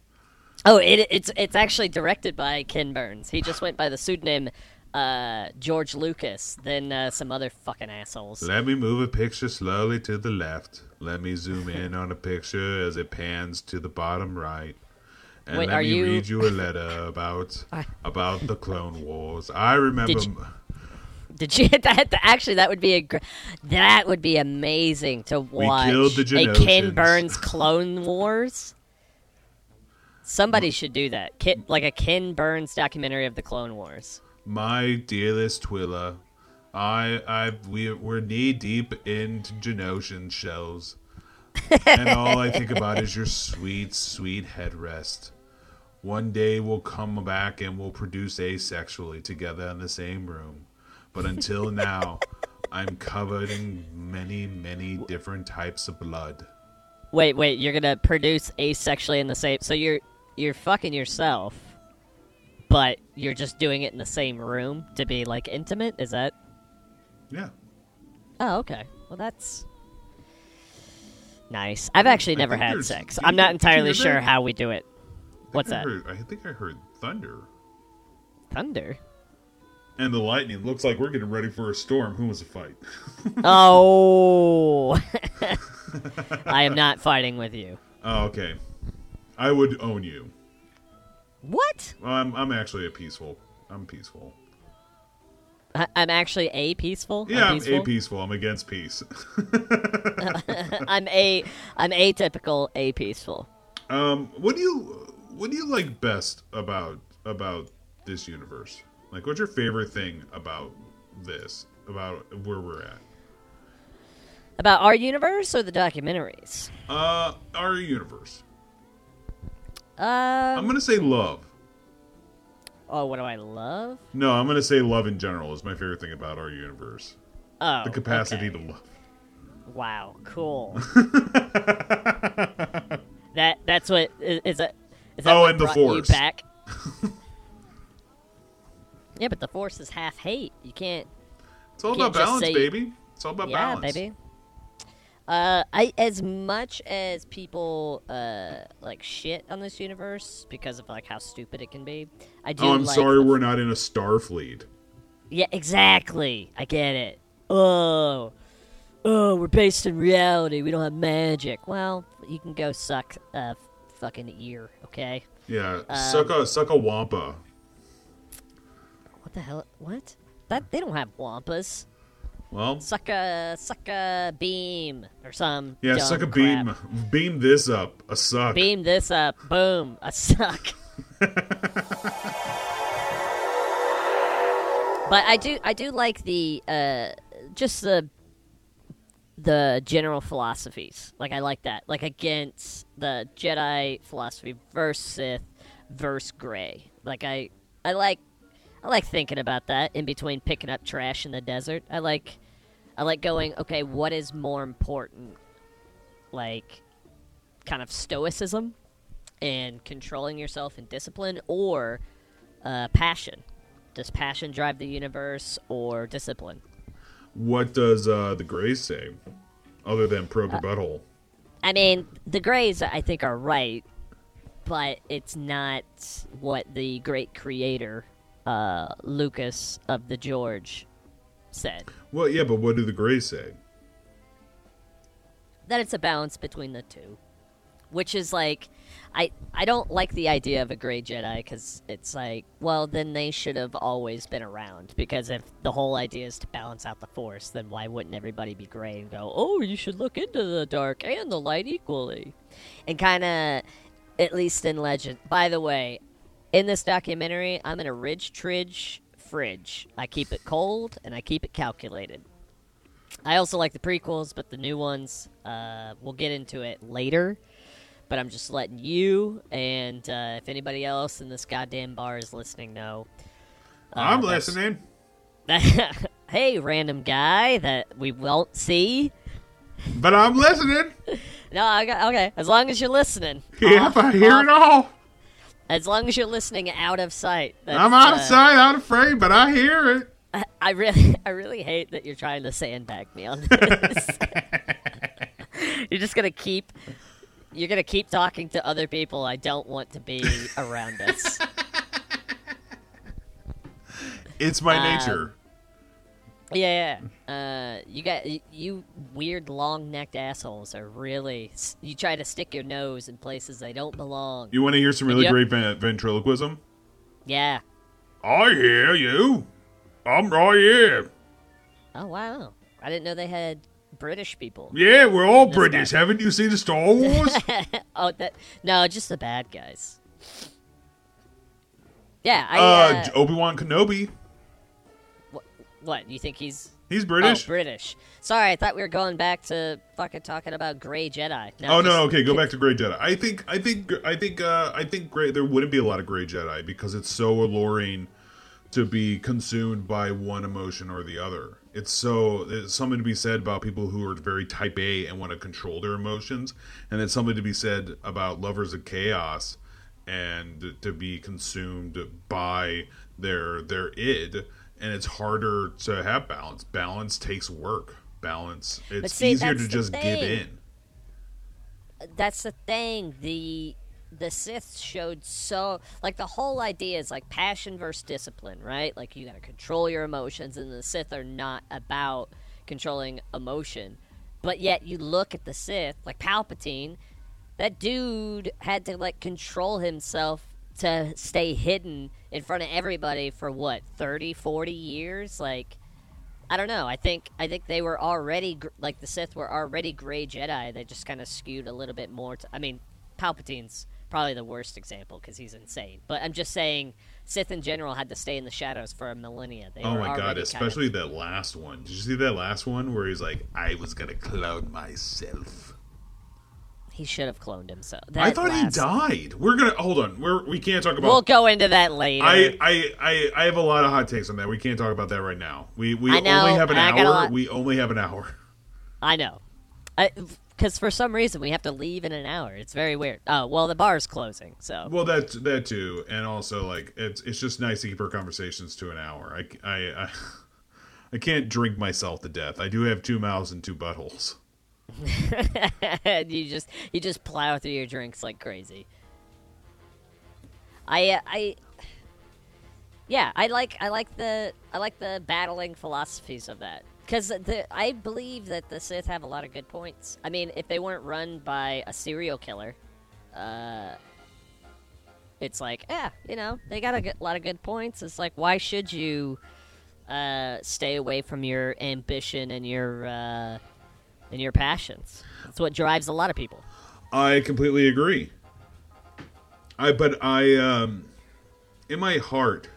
Speaker 7: Oh, it, it's it's actually directed by Ken Burns. He just went by the pseudonym uh, George Lucas, then uh, some other fucking assholes.
Speaker 8: Let me move a picture slowly to the left. Let me zoom in on a picture as it pans to the bottom right. And
Speaker 7: Wait,
Speaker 8: let
Speaker 7: are
Speaker 8: me
Speaker 7: you-
Speaker 8: read you a letter about about the Clone Wars. I remember.
Speaker 7: Did you- Did you that? Actually, that would be a gr- that would be amazing to watch.
Speaker 8: killed the
Speaker 7: a Ken
Speaker 8: Genosians.
Speaker 7: Burns Clone Wars. Somebody should do that, Ken, like a Ken Burns documentary of the Clone Wars.
Speaker 8: My dearest Twilla, I, I, we, we're knee deep into Genosian shells, and all I think about is your sweet, sweet headrest. One day we'll come back and we'll produce asexually together in the same room, but until now, I'm covered in many, many different types of blood.
Speaker 7: Wait, wait, you're gonna produce asexually in the same. So you're you're fucking yourself, but you're just doing it in the same room to be like intimate. Is that?
Speaker 8: Yeah,
Speaker 7: Oh, okay. Well, that's nice. I've actually never
Speaker 8: think
Speaker 7: had
Speaker 8: there's-
Speaker 7: sex.
Speaker 8: do
Speaker 7: I'm
Speaker 8: you-
Speaker 7: not
Speaker 8: do you
Speaker 7: entirely
Speaker 8: know
Speaker 7: sure
Speaker 8: that?
Speaker 7: how we do it.
Speaker 8: I think
Speaker 7: What's
Speaker 8: I
Speaker 7: that?
Speaker 8: Heard, I think I heard thunder
Speaker 7: Thunder.
Speaker 8: and the lightning. Looks like we're getting ready for a storm. Who wants to fight?
Speaker 7: Oh. I am not fighting with you.
Speaker 8: Oh, okay. I would own you.
Speaker 7: What?
Speaker 8: Well, I'm, I'm actually a peaceful. I'm peaceful.
Speaker 7: I- I'm actually a peaceful. I'm
Speaker 8: Yeah, I'm,
Speaker 7: peaceful?
Speaker 8: a peaceful. I'm against peace.
Speaker 7: I'm a I'm atypical a peaceful.
Speaker 8: um, what do you what do you like best about about this universe? Like, what's your favorite thing about this? About where we're at?
Speaker 7: About our universe or the documentaries?
Speaker 8: Uh, our universe.
Speaker 7: Uh Um,
Speaker 8: I'm gonna say love.
Speaker 7: oh, what do I love?
Speaker 8: No, I'm gonna say love in general is my favorite thing about our universe.
Speaker 7: Oh,
Speaker 8: The capacity
Speaker 7: okay.
Speaker 8: to love.
Speaker 7: Wow, cool. that that's what is, is that? Is that
Speaker 8: Oh,
Speaker 7: what
Speaker 8: and the
Speaker 7: brought you
Speaker 8: Force.
Speaker 7: back? yeah, but the force is half hate. You can't.
Speaker 8: It's all
Speaker 7: Can't
Speaker 8: about
Speaker 7: just
Speaker 8: balance,
Speaker 7: say-
Speaker 8: baby. It's all about
Speaker 7: yeah,
Speaker 8: balance.
Speaker 7: baby. Uh, I as much as people uh like shit on this universe because of like how stupid it can be. I do.
Speaker 8: Oh, I'm
Speaker 7: like
Speaker 8: sorry,
Speaker 7: the-
Speaker 8: we're not in a Starfleet.
Speaker 7: Yeah, exactly. I get it. Oh, oh, we're based in reality. We don't have magic. Well, you can go suck a fucking ear, okay?
Speaker 8: Yeah, suck a suck a wampa.
Speaker 7: What the hell? What? That they don't have wampas.
Speaker 8: Well,
Speaker 7: Suck a suck a beam or some.
Speaker 8: yeah,
Speaker 7: dumb
Speaker 8: suck a
Speaker 7: crap.
Speaker 8: beam, beam this up, a suck.
Speaker 7: Beam this up. Boom. A suck. but I do I do like the uh just the the general philosophies. Like I like that. Like against the Jedi philosophy versus Sith versus Grey. Like I I like I like thinking about that in between picking up trash in the desert. I like I like going, okay, what is more important? Like kind of stoicism and controlling yourself and discipline or uh, passion does passion drive the universe or discipline
Speaker 8: What does uh, the Grays say, other than probe
Speaker 7: Uh,
Speaker 8: your butthole?
Speaker 7: i mean the grays i think are right but it's not what the great creator uh, lucas of the george said
Speaker 8: Well, yeah, but what do the Grays say?
Speaker 7: that it's a balance between the two, which is like, I I don't like the idea of a gray Jedi because it's like, well, then they should have always been around because if the whole idea is to balance out the Force, then why wouldn't everybody be gray and go, oh, you should look into the dark and the light equally, and kind of at least in legend. By the way, in this documentary, I'm in a ridge tridge fridge. I keep it cold and I keep it calculated. I also like the prequels, but the new ones, uh, we'll get into it later. But I'm just letting you and uh, if anybody else in this goddamn bar is listening know. uh,
Speaker 8: I'm
Speaker 7: that's-
Speaker 8: listening.
Speaker 7: hey, random guy that we won't see.
Speaker 8: But I'm listening.
Speaker 7: No, I got, okay. As long as you're listening.
Speaker 8: Yeah, I hear it all.
Speaker 7: As long as you're listening out of sight. That's,
Speaker 8: I'm out of
Speaker 7: uh,
Speaker 8: sight, out of frame, but I hear it.
Speaker 7: I really, I really hate that you're trying to sandbag me on this. you're just gonna keep, you're gonna keep talking to other people I don't want to be around us.
Speaker 8: It's
Speaker 7: Uh,
Speaker 8: my nature.
Speaker 7: yeah, yeah. Uh, you got y- you weird long necked assholes are really. s- You try to stick your nose in places they don't belong.
Speaker 8: You want to hear some really
Speaker 7: Yep.
Speaker 8: great ven- ventriloquism?
Speaker 7: yeah.
Speaker 8: I hear you. I'm right here.
Speaker 7: Oh wow. I didn't know they had British people.
Speaker 8: Yeah, we're all
Speaker 7: That's
Speaker 8: British.
Speaker 7: bad.
Speaker 8: Haven't you seen the Star Wars?
Speaker 7: Oh, that no, just the bad guys. Yeah, I.
Speaker 8: uh,
Speaker 7: uh,
Speaker 8: Obi Wan Kenobi.
Speaker 7: What you think he's
Speaker 8: He's British.
Speaker 7: Oh, British. Sorry, I thought we were going back to fucking talking about Gray Jedi.
Speaker 8: Oh no, okay, go back to Grey Jedi. I think I think I think uh I think Grey there wouldn't be a lot of Grey Jedi because it's so alluring to be consumed by one emotion or the other. It's so there's something to be said about people who are very type A and want to control their emotions, and it's something to be said about lovers of chaos and to be consumed by their their id and it's harder to have balance. Balance takes work. Balance it's
Speaker 7: see,
Speaker 8: easier
Speaker 7: that's
Speaker 8: to
Speaker 7: the
Speaker 8: just give
Speaker 7: thing.
Speaker 8: in.
Speaker 7: That's the thing. The the Sith showed so like the whole idea is like passion versus discipline, right? Like you got to control your emotions, and the Sith are not about controlling emotion. But yet you look at the Sith, like Palpatine, that dude had to like control himself to stay hidden in front of everybody for what 30 40 years like I don't know. I think I think they were already gr- like the Sith were already gray Jedi. They just kind of skewed a little bit more. To, I mean, Palpatine's probably the worst example because he's insane. But I'm just saying, Sith in general had to stay in the shadows for a millennia. They
Speaker 8: Oh
Speaker 7: were
Speaker 8: my god,
Speaker 7: already
Speaker 8: especially that last one. Did you see that last one where he's like, I was gonna clone myself?
Speaker 7: kinda, he should have cloned himself.
Speaker 8: I
Speaker 7: That
Speaker 8: thought
Speaker 7: last-
Speaker 8: he died. We're gonna hold on. We're we can't talk about
Speaker 7: We'll go into that later.
Speaker 8: I, I, I, I have a lot of hot takes on that. We can't talk about that right now. We we
Speaker 7: I know,
Speaker 8: only have an
Speaker 7: and I got a
Speaker 8: hour.
Speaker 7: lot-
Speaker 8: We only have an hour.
Speaker 7: I know. Because for some reason we have to leave in an hour. It's very weird. Oh well, the bar's closing, so
Speaker 8: Well, that that too, and also like it's it's just nice to keep our conversations to an hour. I I I, I can't drink myself to death. I do have two mouths and two buttholes.
Speaker 7: you just you just plow through your drinks like crazy. I uh, I yeah, I like I like the I like the battling philosophies of that because the I believe that the Sith have a lot of good points. I mean, if they weren't run by a serial killer, uh, it's like yeah, you know, they got a good- lot of good points. It's like why should you uh, stay away from your ambition and your uh, and your passions? That's what drives a lot of people.
Speaker 8: I completely agree. I but I um in my heart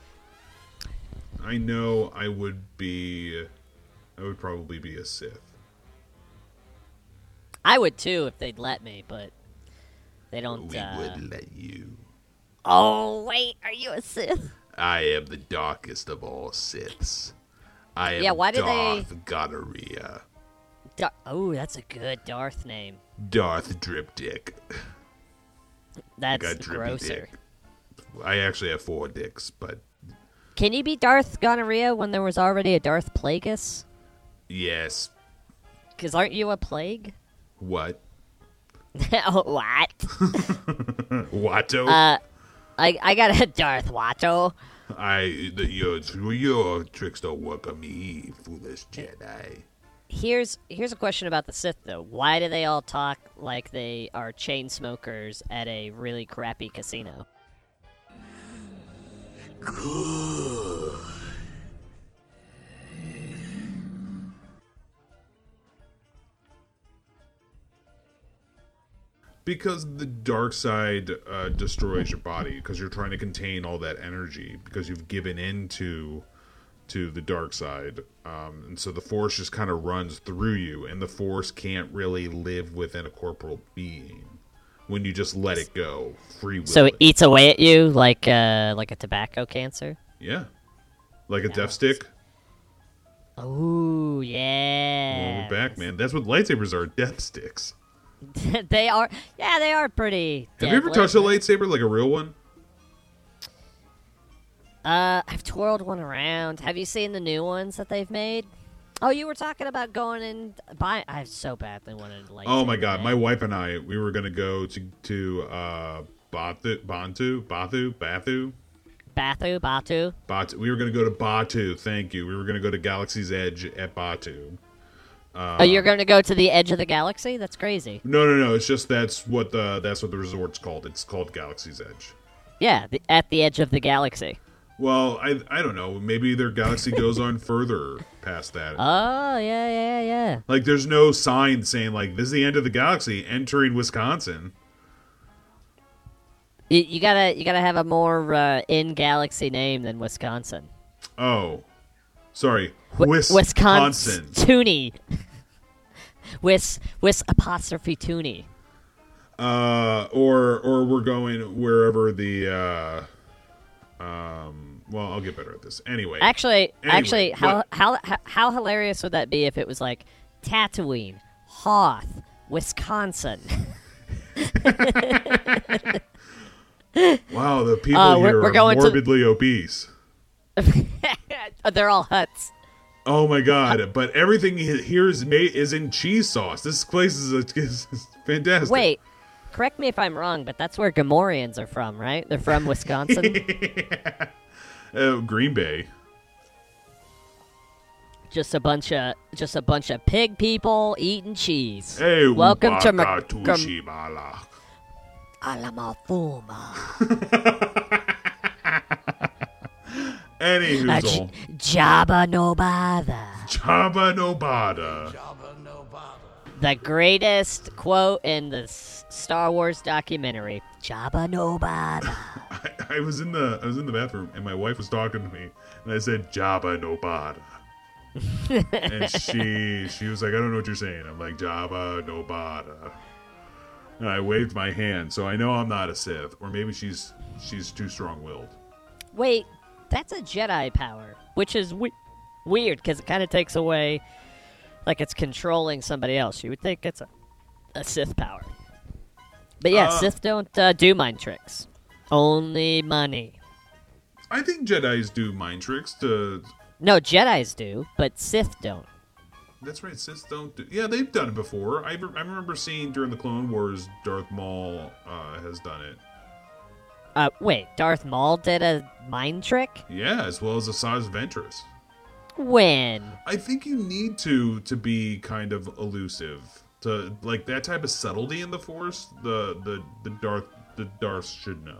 Speaker 8: I know I would be I would probably be a Sith.
Speaker 7: I would too if they'd let me, but they don't. uh,
Speaker 8: let you.
Speaker 7: Oh wait, are you a Sith?
Speaker 8: I am the darkest of all Siths. I am
Speaker 7: Yeah, why did they-
Speaker 8: gonorrhea.
Speaker 7: Dar- oh, that's a good Darth name.
Speaker 8: Darth Drip Dick.
Speaker 7: That's
Speaker 8: Got drippy
Speaker 7: grosser.
Speaker 8: dick. I actually have four dicks, but
Speaker 7: Can you be Darth Gonorrhea when there was already a Darth Plagueis?
Speaker 8: yes.
Speaker 7: Because aren't you a plague?
Speaker 8: What?
Speaker 7: what?
Speaker 8: Watto?
Speaker 7: Uh, I I got a Darth Watto.
Speaker 8: I the, your your tricks don't work on me, foolish Jedi.
Speaker 7: Here's here's a question about the Sith though. Why do they all talk like they are chain smokers at a really crappy casino?
Speaker 8: Because the dark side uh, destroys your body because you're trying to contain all that energy because you've given in to to the dark side, um, and so the force just kind of runs through you, and the force can't really live within a corporal being when you just let it go free will.
Speaker 7: So it eats away at you like uh, like a tobacco cancer.
Speaker 8: yeah, like a death stick.
Speaker 7: Ooh,
Speaker 8: Well,
Speaker 7: yeah.
Speaker 8: we're back, man. That's what lightsabers are. Death sticks.
Speaker 7: they are. Yeah, they are pretty.
Speaker 8: Have you ever
Speaker 7: deadly.
Speaker 8: touched a lightsaber like a real one?
Speaker 7: Uh, I've twirled one around. Have you seen the new ones that they've made? Oh, you were talking about going and buy. I so badly wanted like.
Speaker 8: Oh my god, my wife and I, we were gonna go to to uh Batu, Bantu, Batu, Bathu,
Speaker 7: Bathu, Batu.
Speaker 8: Batu. We were gonna go to Batu. Thank you. We were gonna go to Galaxy's Edge at Batu. Uh.
Speaker 7: oh, you're going to go to the edge of the galaxy? That's crazy.
Speaker 8: No, no, no. It's just that's what the that's what the resort's called. It's called Galaxy's Edge.
Speaker 7: Yeah, the, at the edge of the galaxy.
Speaker 8: Well, I I don't know. Maybe their galaxy goes on further past that.
Speaker 7: Oh yeah, yeah, yeah.
Speaker 8: Like, there's no sign saying like this is the end of the galaxy, entering Wisconsin.
Speaker 7: You, you gotta, you gotta have a more uh, in galaxy name than Wisconsin.
Speaker 8: Oh, sorry,
Speaker 7: Wi-
Speaker 8: Wisconsin.
Speaker 7: Toonie. Wis, Wis apostrophe Toonie.
Speaker 8: uh, or or we're going wherever the. Uh, um. Well, I'll get better at this anyway.
Speaker 7: Actually,
Speaker 8: Anyway,
Speaker 7: actually, how,
Speaker 8: what-
Speaker 7: how how how hilarious would that be if it was like Tatooine, Hoth, Wisconsin?
Speaker 8: wow, the people
Speaker 7: Uh, we're-
Speaker 8: here
Speaker 7: we're
Speaker 8: are
Speaker 7: going to-
Speaker 8: morbidly obese.
Speaker 7: They're all huts.
Speaker 8: Oh my god! But everything he- here is made is in cheese sauce. This place is, a, is fantastic.
Speaker 7: Wait, correct me if I'm wrong, but that's where Gamorreans are from, right? They're from Wisconsin.
Speaker 8: uh, Green Bay.
Speaker 7: just a bunch of just a bunch of pig people eating cheese.
Speaker 8: Hey,
Speaker 7: welcome to Mer- Gam-
Speaker 8: Makatushimala.
Speaker 7: Alamafuma.
Speaker 8: Anywho's
Speaker 7: J- Jabba no bother.
Speaker 8: Chaba Nobada.
Speaker 7: The greatest quote in the S- Star Wars documentary. Jabba no bother.
Speaker 8: I was in the I was in the bathroom and my wife was talking to me and I said Jabba no bada. and she she was like, I don't know what you're saying. I'm like, Jabba no bada. And I waved my hand, so I know I'm not a Sith, or maybe she's she's too strong willed.
Speaker 7: Wait, that's a Jedi power, which is we- weird because it kind of takes away, like it's controlling somebody else. You would think it's a, a Sith power, but yeah,
Speaker 8: Uh,
Speaker 7: Sith don't uh, do mind tricks. Only money.
Speaker 8: I think Jedi's do mind tricks to
Speaker 7: No, Jedi's do, but Sith don't.
Speaker 8: that's right, Siths don't do yeah, they've done it before. I, re- I remember seeing during the Clone Wars Darth Maul uh, has done it.
Speaker 7: Uh, wait, Darth Maul did a mind trick
Speaker 8: Yeah, as well as Asajj Ventress.
Speaker 7: when?
Speaker 8: I think you need to to be kind of elusive to like that type of subtlety in the force. The the the Darth the Darth should know.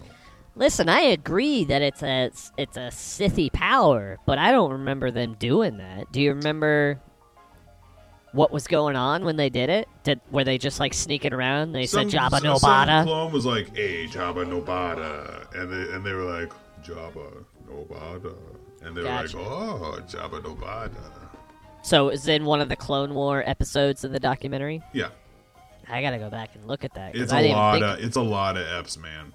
Speaker 7: Listen, I agree that it's a it's a Sithy power, but I don't remember them doing that. Do you remember what was going on when they did it? Did were they just like sneaking around? They said Jabba
Speaker 8: s-
Speaker 7: no
Speaker 8: Some
Speaker 7: bada.
Speaker 8: clone was like, "Hey, Jabba no bada," and they and they were like, "Jabba no bada," and they
Speaker 7: Gotcha.
Speaker 8: were like, "Oh, Jabba no bada."
Speaker 7: So it was in one of the Clone War episodes of the documentary.
Speaker 8: Yeah,
Speaker 7: I gotta go back and look at that. 'cause
Speaker 8: it's
Speaker 7: I
Speaker 8: a
Speaker 7: didn't
Speaker 8: lot
Speaker 7: think-
Speaker 8: of it's a lot of eps, man.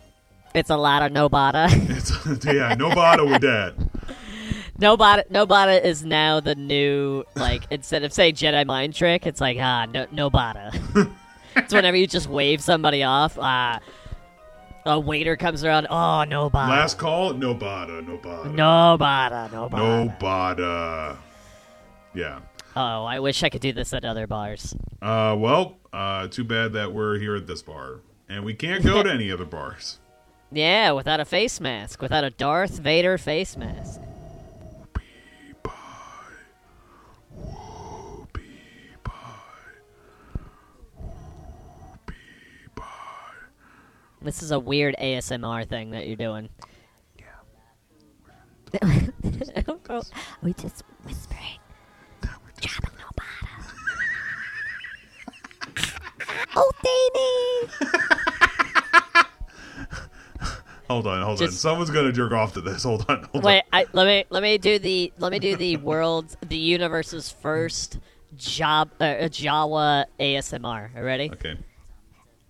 Speaker 7: It's a lot of no bada.
Speaker 8: It's yeah, no bada with that.
Speaker 7: no bada. No bada is now the new like instead of say Jedi mind trick, it's like ah no no bada. it's whenever you just wave somebody off. Ah, a waiter comes around. Oh no bada.
Speaker 8: Last call, no bada, no bada,
Speaker 7: No bada. No
Speaker 8: no
Speaker 7: bada.
Speaker 8: bada. Yeah.
Speaker 7: Oh, I wish I could do this at other bars.
Speaker 8: Uh, well, uh, too bad that we're here at this bar, and we can't go to any other bars.
Speaker 7: Yeah, without a face mask, without a Darth Vader face mask. This is a weird ASMR thing that you're doing. Yeah. we just whispering. Jabba no bada. oh, Danny!
Speaker 8: Hold on, hold on.
Speaker 7: Just-
Speaker 8: Someone's gonna jerk off to this. Hold on, hold
Speaker 7: Wait, I, let me let me do the let me do the world's the universe's first job uh, Jawa ASMR. Are you Ready?
Speaker 8: on. Okay.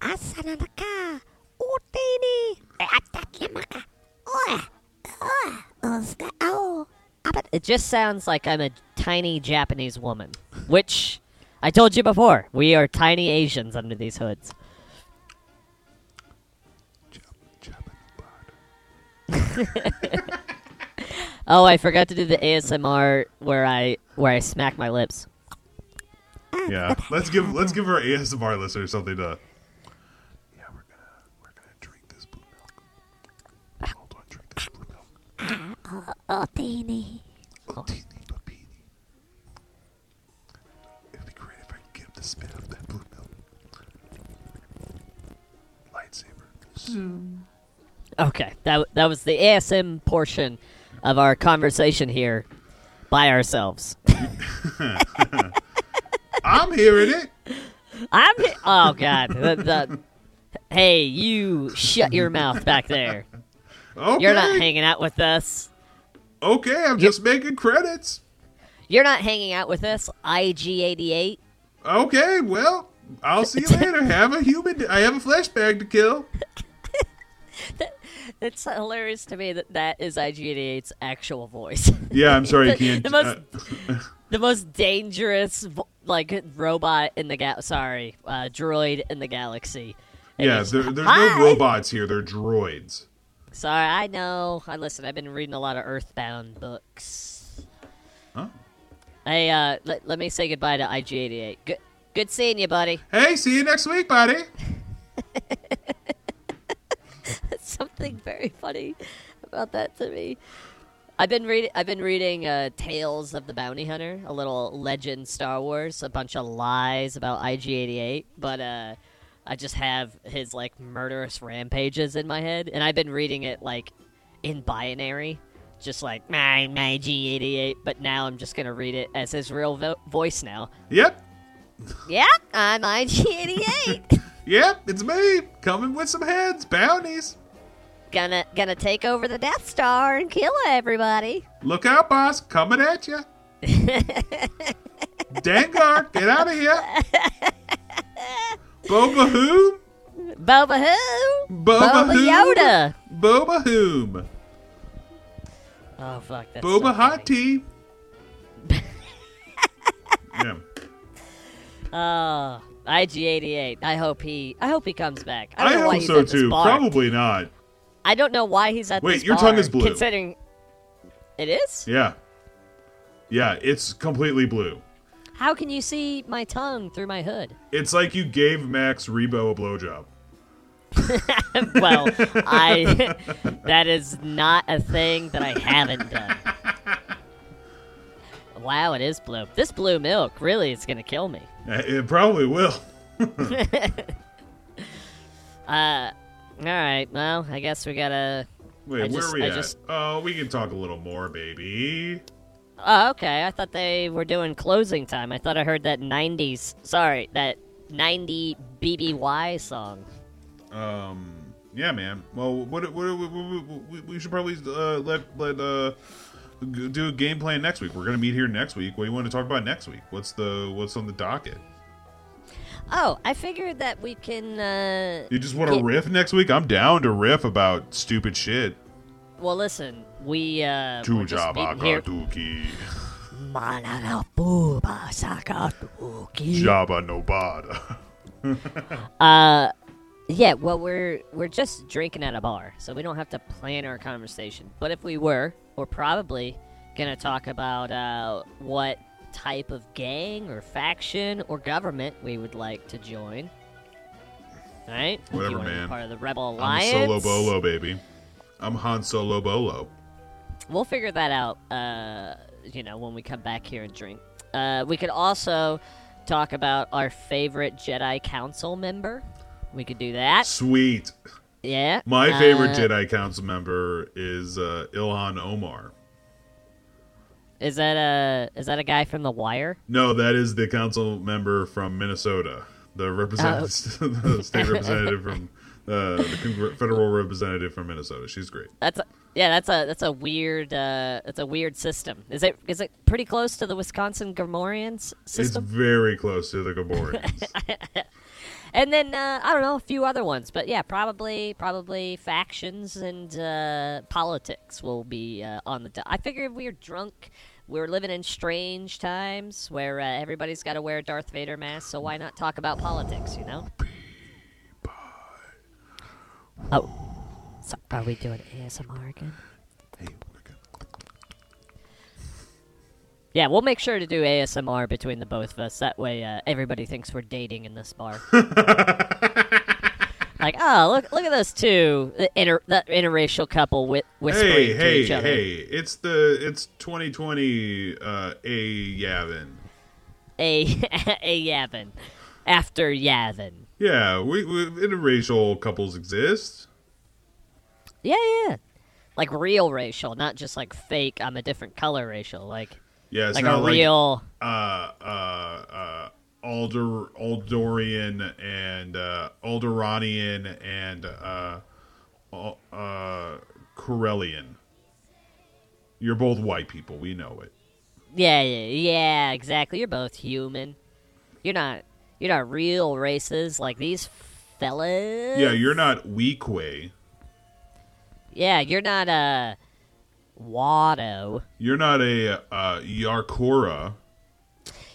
Speaker 10: Asanamaka, Utini, Atakimaka, Ora, Ora, Uska, Ow.
Speaker 7: It just sounds like I'm a tiny Japanese woman, which I told you before. We are tiny Asians under these hoods. Oh, I forgot to do the ASMR where I where I smack my lips.
Speaker 8: Yeah. Let's give let's give our ASMR listeners something to. Yeah, we're gonna we're gonna drink this blue milk. Hold on, drink this blue milk.
Speaker 10: Utini,
Speaker 8: Teeny Papini. It'd be great if I could get the spit of that blue milk. Lightsaber.
Speaker 7: Okay, that that was the ASM portion of our conversation here by ourselves.
Speaker 8: I'm hearing it.
Speaker 7: I'm oh god. The, the, hey, you shut your mouth back there.
Speaker 8: Okay.
Speaker 7: You're not hanging out with us.
Speaker 8: Okay, I'm just making credits.
Speaker 7: You're not hanging out with us. IG88.
Speaker 8: Okay, well, I'll see you later. Have a human. I have a flashback to kill.
Speaker 7: It's hilarious to me that that is IG88's actual voice.
Speaker 8: Yeah, I'm sorry, you can't. uh,
Speaker 7: The most- the most dangerous vo- like robot in the ga- sorry, uh, droid in the galaxy. And
Speaker 8: yeah,
Speaker 7: he's-
Speaker 8: there, there's
Speaker 7: Hi!
Speaker 8: no robots here. They're droids.
Speaker 7: Sorry, I know. I listen. I've been reading a lot of Earthbound books.
Speaker 8: Huh?
Speaker 7: Hey, uh, let, let me say goodbye to IG88. Good, good seeing you, buddy.
Speaker 8: Hey, see you next week, buddy.
Speaker 7: Something very funny about that to me. I've been reading. I've been reading uh, Tales of the Bounty Hunter, a little legend Star Wars, a bunch of lies about IG88, but uh, I just have his like murderous rampages in my head, and I've been reading it like in binary, just like my my G88. But now I'm just gonna read it as his real vo- voice now.
Speaker 8: Yep,
Speaker 7: Yep, I'm IG88.
Speaker 8: yep, it's me coming with some heads, bounties.
Speaker 7: gonna gonna take over the Death Star and kill everybody.
Speaker 8: Look out, boss, coming at you. Dangar, get out of here. Boba whom?
Speaker 7: Boba who?
Speaker 8: Boba,
Speaker 7: Boba
Speaker 8: whom?
Speaker 7: Yoda.
Speaker 8: Boba whom?
Speaker 7: Oh fuck that.
Speaker 8: Boba hot tea. yeah.
Speaker 7: Oh, IG88. I hope he. I hope he comes back. I, don't
Speaker 8: I
Speaker 7: know why
Speaker 8: hope
Speaker 7: he's
Speaker 8: so
Speaker 7: at this
Speaker 8: too.
Speaker 7: bar.
Speaker 8: Probably not.
Speaker 7: I don't know why he's at
Speaker 8: Wait,
Speaker 7: this
Speaker 8: your
Speaker 7: bar,
Speaker 8: tongue is blue.
Speaker 7: Considering it is.
Speaker 8: Yeah. Yeah, it's completely blue.
Speaker 7: How can you see my tongue through my hood?
Speaker 8: It's like you gave Max Rebo a blowjob.
Speaker 7: Well, I. that is not a thing that I haven't done. Wow, it is blue. This blue milk really is gonna kill me.
Speaker 8: Uh, It probably will.
Speaker 7: All right, well, I guess we gotta.
Speaker 8: Wait,
Speaker 7: I
Speaker 8: where
Speaker 7: just-
Speaker 8: are we
Speaker 7: I
Speaker 8: at?
Speaker 7: just-
Speaker 8: Oh, we can talk a little more, baby.
Speaker 7: Oh, okay. I thought they were doing closing time. I thought I heard that 90s. Sorry, that 90 BBY song.
Speaker 8: Um, yeah, man. Well, what, what, what, what- what- we should probably uh, let let uh g- do a game plan next week. We're gonna meet here next week. What do you want to talk about next week? What's the what's on the docket?
Speaker 7: Oh, I figured that we can. Uh,
Speaker 8: You just want to
Speaker 7: Yeah.
Speaker 8: riff next week? I'm down to riff about stupid shit.
Speaker 7: well, listen, we. Uh,
Speaker 8: Two
Speaker 7: we're just
Speaker 8: job
Speaker 7: meeting here.
Speaker 8: Akatuki.
Speaker 10: Mananabuba, Sakatuki.
Speaker 8: Jabba Nobada.
Speaker 7: Yeah, well, we're we're just drinking at a bar, so we don't have to plan our conversation. But if we were, we're probably gonna talk about uh, what type of gang or faction or government we would like to join. All right, Do you
Speaker 8: Whatever,
Speaker 7: wanna be
Speaker 8: man.
Speaker 7: Part of the Rebel
Speaker 8: I'm
Speaker 7: Alliance.
Speaker 8: Solo Bolo, baby. I'm Han Solo Bolo.
Speaker 7: We'll figure that out. Uh, you know, when we come back here and drink. Uh, we could also talk about our favorite Jedi Council member. We could do that.
Speaker 8: Sweet.
Speaker 7: Yeah.
Speaker 8: My favorite
Speaker 7: Uh,
Speaker 8: Jedi Council member is uh, Ilhan Omar.
Speaker 7: Is that a is that a guy from The Wire?
Speaker 8: No, that is the
Speaker 7: Oh.
Speaker 8: council member from Minnesota, the representative, the state representative from uh, the congr- federal representative from Minnesota. She's great.
Speaker 7: That's a, yeah, that's a that's a weird uh, that's a weird system. Is it is it pretty close to the Wisconsin Gomorians system?
Speaker 8: It's very close to the Gaborians.
Speaker 7: and then uh, I don't know a few other ones, but yeah, probably probably factions and uh, politics will be uh, on the. Do- I figure we're drunk. We're living in strange times where uh, everybody's got to wear a Darth Vader mask, so why not talk about politics? You know. Oh, so are we doing ASMR again? Yeah, we'll make sure to do ASMR between the both of us. That way, uh, everybody thinks we're dating in this bar. like, oh, look, look at those two, the inter- that interracial couple whi- whispering
Speaker 8: hey,
Speaker 7: to
Speaker 8: hey,
Speaker 7: each other.
Speaker 8: hey! It's the it's 2020. Uh, a Yavin.
Speaker 7: A a Yavin, after Yavin.
Speaker 8: Yeah, we, we interracial couples exist.
Speaker 7: Yeah, yeah. Like real racial, not just like fake. I'm a different color racial. Like,
Speaker 8: Yeah, it's
Speaker 7: like a
Speaker 8: not
Speaker 7: real.
Speaker 8: uh, uh, uh, Alder Aldorian and uh, Alderanian and uh, Al- uh, Corellian. You're both white people. We know it.
Speaker 7: Yeah, yeah, yeah, exactly. You're both human. You're not. You're not real races like these fellas.
Speaker 8: Yeah, you're not weak way.
Speaker 7: Yeah, you're not a Watto.
Speaker 8: You're not a uh, Yarkora.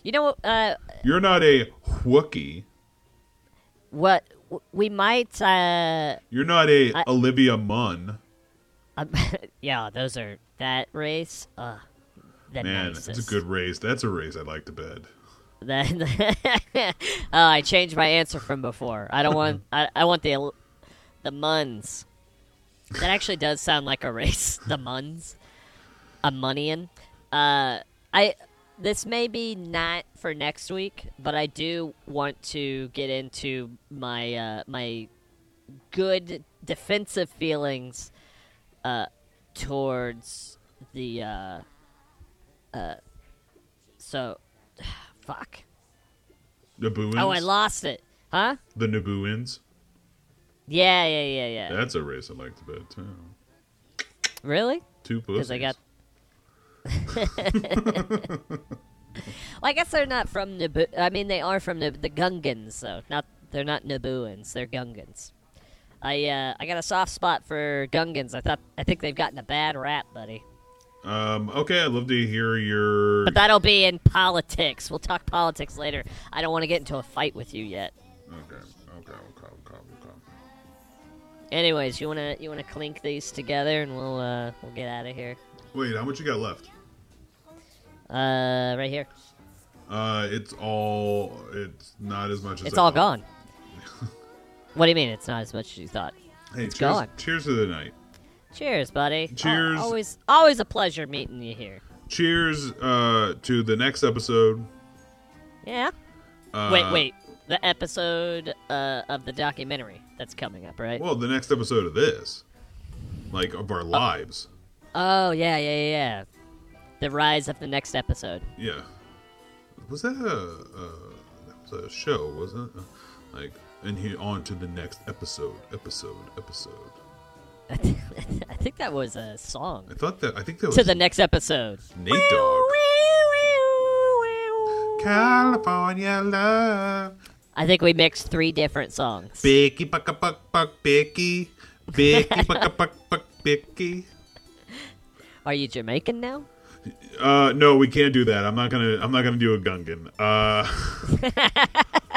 Speaker 7: You know uh,
Speaker 8: You're not a Wookie.
Speaker 7: what? w- We might. Uh,
Speaker 8: You're not a Olivia Munn.
Speaker 7: um, yeah, those are that race. Uh, the
Speaker 8: Man,
Speaker 7: nicest.
Speaker 8: that's a good race. That's a race I'd like to bet.
Speaker 7: Then oh, Uh, I changed my answer from before. I don't want. I, I want the el- the Muns. That actually does sound like a race. The Muns, a Munian. Uh, I this may be not for next week, but I do want to get into my uh, my good defensive feelings uh, towards the uh, uh, so fuck.
Speaker 8: Nabooans.
Speaker 7: Oh, I lost it. Huh?
Speaker 8: the Nabooans.
Speaker 7: Yeah, yeah, yeah, yeah.
Speaker 8: That's a race I'd like to bet too.
Speaker 7: Really?
Speaker 8: Two pussies.
Speaker 7: Because I got. well, I guess they're not from Naboo. I mean, they are from Nab- the Gungans, though. Not they're not Nabooans. They're Gungans. I uh, I got a soft spot for Gungans. I thought I think they've gotten a bad rap, buddy.
Speaker 8: Um, okay, I'd love to hear your.
Speaker 7: But that'll be in politics. We'll talk politics later. I don't want to get into a fight with you yet.
Speaker 8: Okay, okay, okay, okay, okay.
Speaker 7: Anyways, you wanna you wanna clink these together and we'll uh, we'll get out of here.
Speaker 8: Wait, how much you got left?
Speaker 7: Uh, right here.
Speaker 8: Uh, it's all. It's not as much as.
Speaker 7: It's
Speaker 8: I
Speaker 7: all
Speaker 8: thought.
Speaker 7: gone. what do you mean it's not as much as you thought?
Speaker 8: Hey,
Speaker 7: It's
Speaker 8: cheers,
Speaker 7: gone.
Speaker 8: Cheers to the night.
Speaker 7: Cheers, buddy. Al-
Speaker 8: Cheers.
Speaker 7: always always a pleasure meeting you here.
Speaker 8: Cheers uh, to the next episode.
Speaker 7: Yeah.
Speaker 8: Uh,
Speaker 7: wait, wait. The episode uh, of the documentary that's coming up, right?
Speaker 8: Well, the next episode of this, like of our lives.
Speaker 7: oh, yeah, yeah, yeah, yeah. The rise of the next episode.
Speaker 8: Yeah. Was that a, a that was a show? Was it? Uh, Like, and here on to the next episode, episode, episode.
Speaker 7: I think that was a song.
Speaker 8: I thought that. I think that was
Speaker 7: To the next episode.
Speaker 8: Nate Dogg. California love.
Speaker 7: I think we mixed three different songs.
Speaker 8: Bicky bucka buck buck bicky. Bicky bucka buck buck bicky.
Speaker 7: Are you Jamaican now?
Speaker 8: Uh no, we can't do that. I'm not gonna I'm not gonna do a Gungan. Uh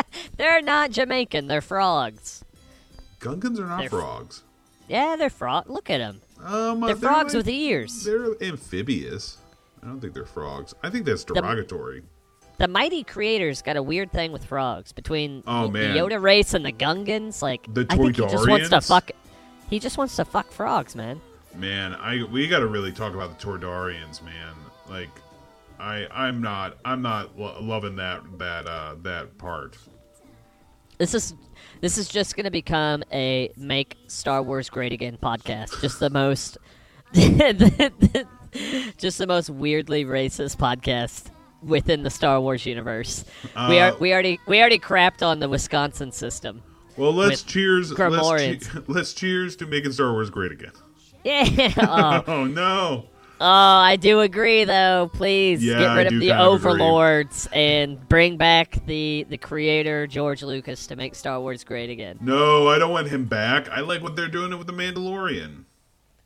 Speaker 7: They're not Jamaican. They're frogs.
Speaker 8: Gungans are not
Speaker 7: They're-
Speaker 8: frogs.
Speaker 7: Yeah, they're frog. Look at them.
Speaker 8: Um
Speaker 7: They're frogs
Speaker 8: like-
Speaker 7: with ears.
Speaker 8: They're amphibious. I don't think they're frogs. I think that's derogatory.
Speaker 7: The mighty creators got a weird thing with frogs between
Speaker 8: Oh,
Speaker 7: the-
Speaker 8: man.
Speaker 7: the Yoda race and the Gungans. Like
Speaker 8: The
Speaker 7: I think he just wants to
Speaker 8: Toydarians?
Speaker 7: fuck. He just wants to fuck frogs, man.
Speaker 8: Man, I we got to really talk about the Tordarians, man. Like I I'm not I'm not lo- loving that that uh that part.
Speaker 7: This is this is just gonna become a make Star Wars great again podcast. Just the most, just the most weirdly racist podcast within the Star Wars universe. we
Speaker 8: Uh,
Speaker 7: are we already we already crapped on the Wisconsin system.
Speaker 8: Well, let's
Speaker 7: With
Speaker 8: cheers. Let's, che-
Speaker 7: Grimorians.
Speaker 8: let's cheers to making Star Wars great again.
Speaker 7: Yeah. Oh,
Speaker 8: Oh no!
Speaker 7: oh, I do agree though. Please
Speaker 8: Yeah,
Speaker 7: get rid
Speaker 8: I
Speaker 7: of
Speaker 8: do
Speaker 7: the
Speaker 8: kind of agree.
Speaker 7: overlords and bring back the the creator George Lucas to make Star Wars great again.
Speaker 8: No, I don't want him back. I like what they're doing with the Mandalorian.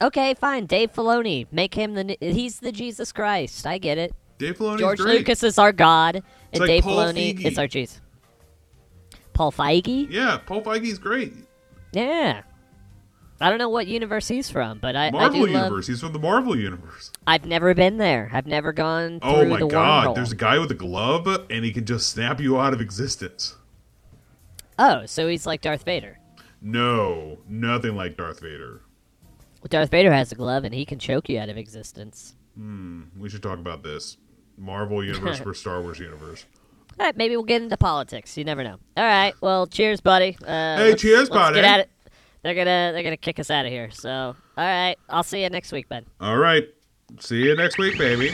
Speaker 7: Okay, fine. Dave Filoni, make him the he's the Jesus Christ. I get it.
Speaker 8: Dave Filoni's
Speaker 7: George
Speaker 8: great.
Speaker 7: Lucas is our God, and
Speaker 8: like
Speaker 7: Dave
Speaker 8: Paul
Speaker 7: Filoni
Speaker 8: Feige.
Speaker 7: is our Jesus. Paul Feige?
Speaker 8: Yeah, Paul Feige's great.
Speaker 7: Yeah. I don't know what universe he's from, but I, I do
Speaker 8: Marvel
Speaker 7: love.
Speaker 8: universe. He's from the Marvel universe.
Speaker 7: I've never been there. I've never gone through
Speaker 8: Oh my
Speaker 7: the
Speaker 8: god!
Speaker 7: wormhole.
Speaker 8: There's a guy with a glove, and he can just snap you out of existence.
Speaker 7: Oh, so he's like Darth Vader.
Speaker 8: No, nothing like Darth Vader.
Speaker 7: Darth Vader has a glove and he can choke you out of existence.
Speaker 8: We should talk about this. Marvel universe versus Star Wars universe.
Speaker 7: All right, maybe we'll get into politics. You never know. All right, well, cheers, buddy. Uh,
Speaker 8: Hey,
Speaker 7: let's-
Speaker 8: cheers,
Speaker 7: let's
Speaker 8: buddy.
Speaker 7: Get at it. They're gonna they're gonna kick us out of here. So, all right, I'll see you next week, Ben.
Speaker 8: All right. See you next week, baby.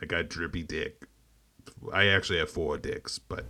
Speaker 8: I got drippy dick. I actually have four dicks, but